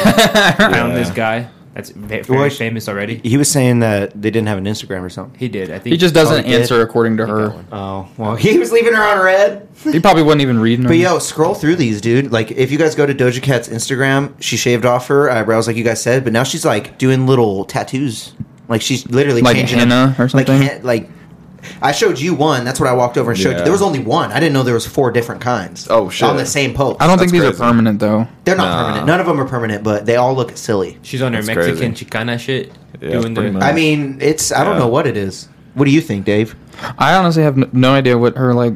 Speaker 1: found this guy that's va- very
Speaker 2: Well, she-
Speaker 1: famous already?
Speaker 2: He was saying that they didn't have an Instagram or something.
Speaker 1: He did. I think
Speaker 3: He just doesn't
Speaker 2: probably did.
Speaker 3: answer according to
Speaker 1: got
Speaker 3: her.
Speaker 1: one.
Speaker 2: Oh well, he was leaving her on red.
Speaker 3: He probably wasn't even reading.
Speaker 2: But
Speaker 3: them.
Speaker 2: yo, scroll through these, dude. Like, if you guys go to Doja Cat's Instagram, she shaved off her eyebrows, like you guys said, but now she's like doing little tattoos. Like she's literally
Speaker 3: Like
Speaker 2: changing
Speaker 3: henna or something?
Speaker 2: Like, hen- like I showed you one. That's what I walked over and showed you.
Speaker 4: Yeah.
Speaker 2: There was only one. I didn't know there was four different kinds.
Speaker 4: Oh, shit.
Speaker 2: On the same post.
Speaker 3: I don't think
Speaker 4: That's
Speaker 3: these
Speaker 4: crazy.
Speaker 3: are permanent though.
Speaker 2: They're not
Speaker 4: Nah.
Speaker 2: permanent. None of them are permanent, but they all look silly.
Speaker 1: she's on her
Speaker 4: That's
Speaker 1: Mexican
Speaker 4: crazy.
Speaker 1: Chicana shit.
Speaker 4: Yeah,
Speaker 1: doing the,
Speaker 4: pretty much.
Speaker 2: I mean, it's I don't
Speaker 4: Yeah.
Speaker 2: know what it is. What do you think, Dave?
Speaker 3: I honestly have n- no idea what her like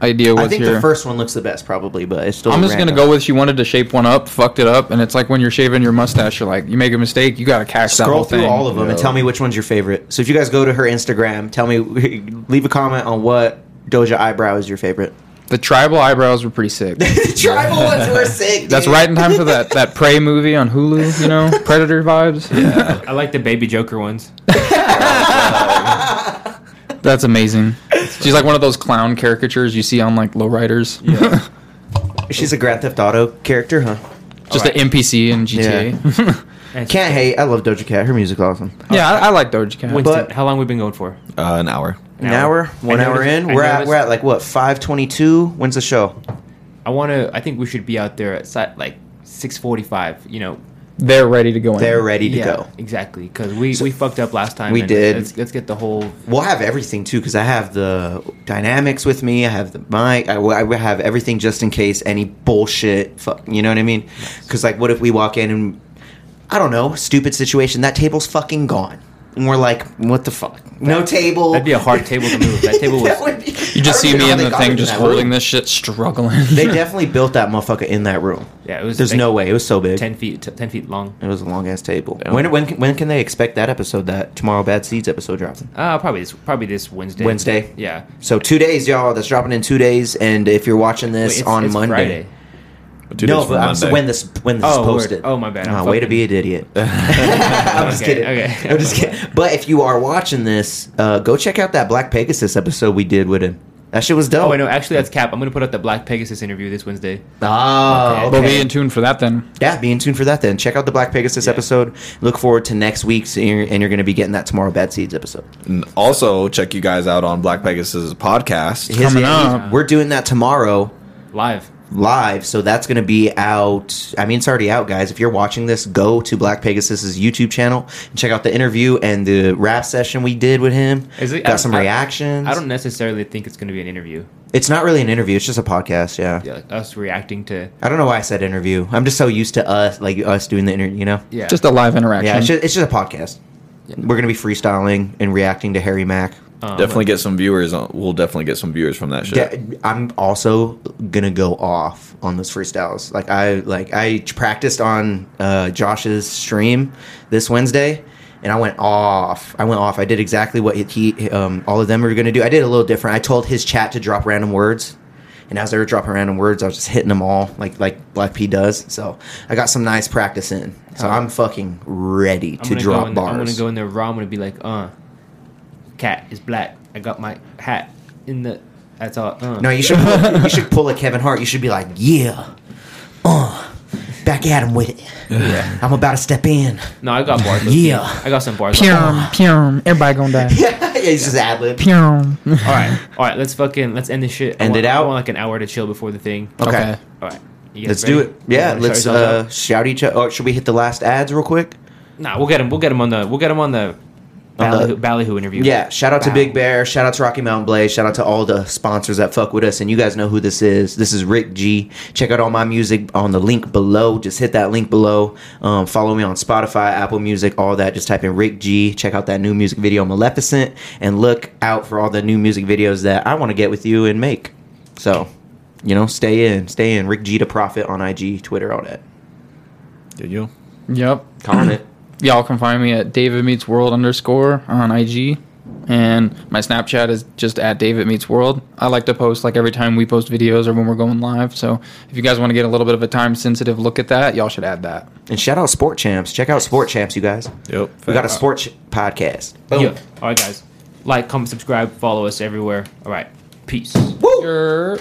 Speaker 3: idea was
Speaker 2: I think
Speaker 3: here.
Speaker 2: the first one looks the best, probably, but it's still.
Speaker 3: I'm just
Speaker 2: random.
Speaker 3: gonna go with she wanted to shape one up, fucked it up, and it's like when you're shaving your mustache, you're like, you make a mistake, you gotta cash that
Speaker 2: Scroll
Speaker 3: whole
Speaker 2: through
Speaker 3: thing.
Speaker 2: all of them and
Speaker 4: Yeah.
Speaker 2: tell me which one's your favorite. So if you guys go to her Instagram, tell me, leave a comment on what Doja eyebrow is your favorite.
Speaker 3: the tribal eyebrows were pretty sick.
Speaker 2: the tribal ones were sick.
Speaker 3: That's
Speaker 2: dude.
Speaker 3: right in time for that that prey movie on Hulu, you know, Predator vibes. Yeah,
Speaker 1: I like the baby Joker ones.
Speaker 3: that's amazing. She's like one of those clown caricatures you see on like lowriders. Yeah,
Speaker 2: She's a Grand Theft Auto character, huh?
Speaker 3: just
Speaker 1: Alright.
Speaker 3: an NPC in GTA. Yeah,
Speaker 1: And
Speaker 2: Can't hate. I love Doja Cat. Her music's awesome.
Speaker 3: I, I like Doja Cat.
Speaker 1: Winston,
Speaker 2: but-
Speaker 1: how long we been going for?
Speaker 4: uh, an hour.
Speaker 2: An hour, one
Speaker 1: I
Speaker 2: hour
Speaker 1: noticed-
Speaker 2: in.
Speaker 1: I
Speaker 2: We're at
Speaker 1: noticed-
Speaker 2: we're at like what five twenty two. When's the show?
Speaker 1: I want to. I think we should be out there at si- like six forty-five. You know,
Speaker 3: They're ready to go in.
Speaker 2: They're ready to
Speaker 1: yeah,
Speaker 2: go.
Speaker 1: exactly. Because we we fucked up last time.
Speaker 2: We
Speaker 1: and
Speaker 2: did.
Speaker 1: Let's, let's get the whole.
Speaker 2: We'll have everything too because I have the dynamics with me. I have the mic. I, I have everything just in case any bullshit. Fuck, you know what I mean? Because like, what if we walk in and I don't know, stupid situation. That table's fucking gone, and we're like, what the fuck? No table.
Speaker 1: That'd be a hard table to move. That table was.
Speaker 3: You just see me in the thing just holding this shit, struggling.
Speaker 2: They definitely built that motherfucker in that room.
Speaker 1: Yeah, it was.
Speaker 2: There's
Speaker 1: like
Speaker 2: no way it was so big.
Speaker 1: Ten feet. T- ten feet long.
Speaker 2: It was a long ass table. When when can- when can they expect that episode? That tomorrow bad seeds episode drops.
Speaker 1: Uh, probably this. Probably this Wednesday.
Speaker 2: Wednesday?
Speaker 1: Yeah.
Speaker 2: So two days, y'all. That's dropping in two days, and if you're watching
Speaker 1: Wait,
Speaker 2: this on Monday,
Speaker 1: Friday.
Speaker 4: Two
Speaker 2: no,
Speaker 4: days from
Speaker 2: but I'm,
Speaker 4: Monday.
Speaker 2: when this when this
Speaker 1: Oh,
Speaker 2: is posted.
Speaker 1: word. Oh, my bad.
Speaker 2: Nah,
Speaker 1: I'm
Speaker 2: way to
Speaker 1: fucking-
Speaker 2: be an idiot. I'm just
Speaker 1: Okay,
Speaker 2: kidding.
Speaker 1: okay.
Speaker 2: I'm just kidding. But if you are watching this, uh, go check out that Black Pegasus episode we did with him. That shit was dope.
Speaker 1: Oh, I know. Actually, that's cap. I'm gonna put up the Black Pegasus interview this Wednesday.
Speaker 2: Ah,
Speaker 1: Okay.
Speaker 3: We'll be
Speaker 2: okay.
Speaker 3: in tune for that then.
Speaker 2: yeah, be in tune for that then. Check out the Black Pegasus episode. Look forward to next week's, and you're, and you're going to be getting that tomorrow Bad Seeds episode.
Speaker 4: And also check you guys out on Black Pegasus podcast.
Speaker 2: His- and
Speaker 3: Coming up.
Speaker 2: he- We're doing that tomorrow.
Speaker 1: Live.
Speaker 2: live so that's going to be out i mean it's already out guys if you're watching this go to black pegasus's youtube channel and check out the interview and the rap session we did with him
Speaker 1: Is it- I
Speaker 2: got
Speaker 1: don't-
Speaker 2: some
Speaker 1: I-
Speaker 2: reactions
Speaker 1: I don't necessarily think it's gonna be an interview.
Speaker 2: it's not really an interview it's just a podcast yeah.
Speaker 1: Yeah, like us reacting to.
Speaker 2: i don't know why i said interview i'm just so used to us like us doing the interview you know
Speaker 1: Yeah.
Speaker 3: Just a live interaction.
Speaker 2: yeah it's just, it's just a podcast we're going to be freestyling and reacting to harry mack
Speaker 1: um,
Speaker 4: definitely get some viewers. On, we'll definitely get some viewers from that shit.
Speaker 2: De- I'm also gonna go off on those freestyles. Like I like I practiced on uh, Josh's stream this Wednesday, and I went off. I went off. I did exactly what he um, all of them were gonna do. I did a little different. I told his chat to drop random words. And as they were dropping random words, I was just hitting them all like like Black P does. So I got some nice practice in. So I'm fucking
Speaker 1: Uh,
Speaker 2: ready
Speaker 1: I'm
Speaker 2: to
Speaker 1: gonna go
Speaker 2: drop
Speaker 1: in
Speaker 2: bars.
Speaker 1: I'm gonna go in there raw. I'm gonna be like, uh, cat is black. I got my hat in the. That's all. Uh.
Speaker 2: No, you should pull, you should pull a Kevin Hart. You should be like, yeah, uh, back at him with it. I'm about to step in.
Speaker 1: No, I got bars.
Speaker 2: Yeah.
Speaker 1: I got some bars. All
Speaker 3: Pyrum, pyrum, everybody gonna die.
Speaker 2: yeah, he's just ad lib.
Speaker 3: Pyrum.
Speaker 1: right, all right. Let's fucking let's end this shit. I
Speaker 2: End
Speaker 1: want-
Speaker 2: it out?
Speaker 1: I want like an hour to chill before the thing.
Speaker 2: Okay.
Speaker 3: Okay.
Speaker 1: All right. You guys
Speaker 2: Let's
Speaker 1: ready?
Speaker 2: do it. Yeah,
Speaker 1: Wanna
Speaker 2: let's
Speaker 1: shout yourselves
Speaker 2: uh,
Speaker 1: out?
Speaker 2: shout each other. Oh, should we hit the last ads real quick?
Speaker 1: Nah, we'll get him. We'll get him on the. We'll get him on the.
Speaker 2: On the-
Speaker 1: Ballyhoo, Ballyhoo interview.
Speaker 2: Yeah, shout out to
Speaker 1: Wow.
Speaker 2: Big Bear. Shout out to Rocky Mountain Blaze. Shout out to all the sponsors that fuck with us. And you guys know who this is. This is Rick G. Check out all my music on the link below. Just hit that link below. Um, follow me on Spotify, Apple Music, all that. Just type in Rick G. Check out that new music video, Maleficent. And look out for all the new music videos that I want to get with you and make. So, you know, stay in. Stay in. Rick G to Profit on IG, Twitter, all that.
Speaker 4: Did you?
Speaker 3: Yep.
Speaker 2: Calling it.
Speaker 3: Y'all can find me at David Meets World underscore on IG. And my Snapchat is just at David Meets World. I like to post like every time we post videos or when we're going live. So if you guys want to get a little bit of a time sensitive look at that, y'all should add that.
Speaker 2: And shout out Sport Champs. Check out Sport Champs, you guys.
Speaker 4: Yep.
Speaker 2: We got a sports podcast. Boom.
Speaker 1: Yeah. All right, guys. Like, comment, subscribe, follow us everywhere. All right. Peace.
Speaker 2: Woo!
Speaker 3: Sure.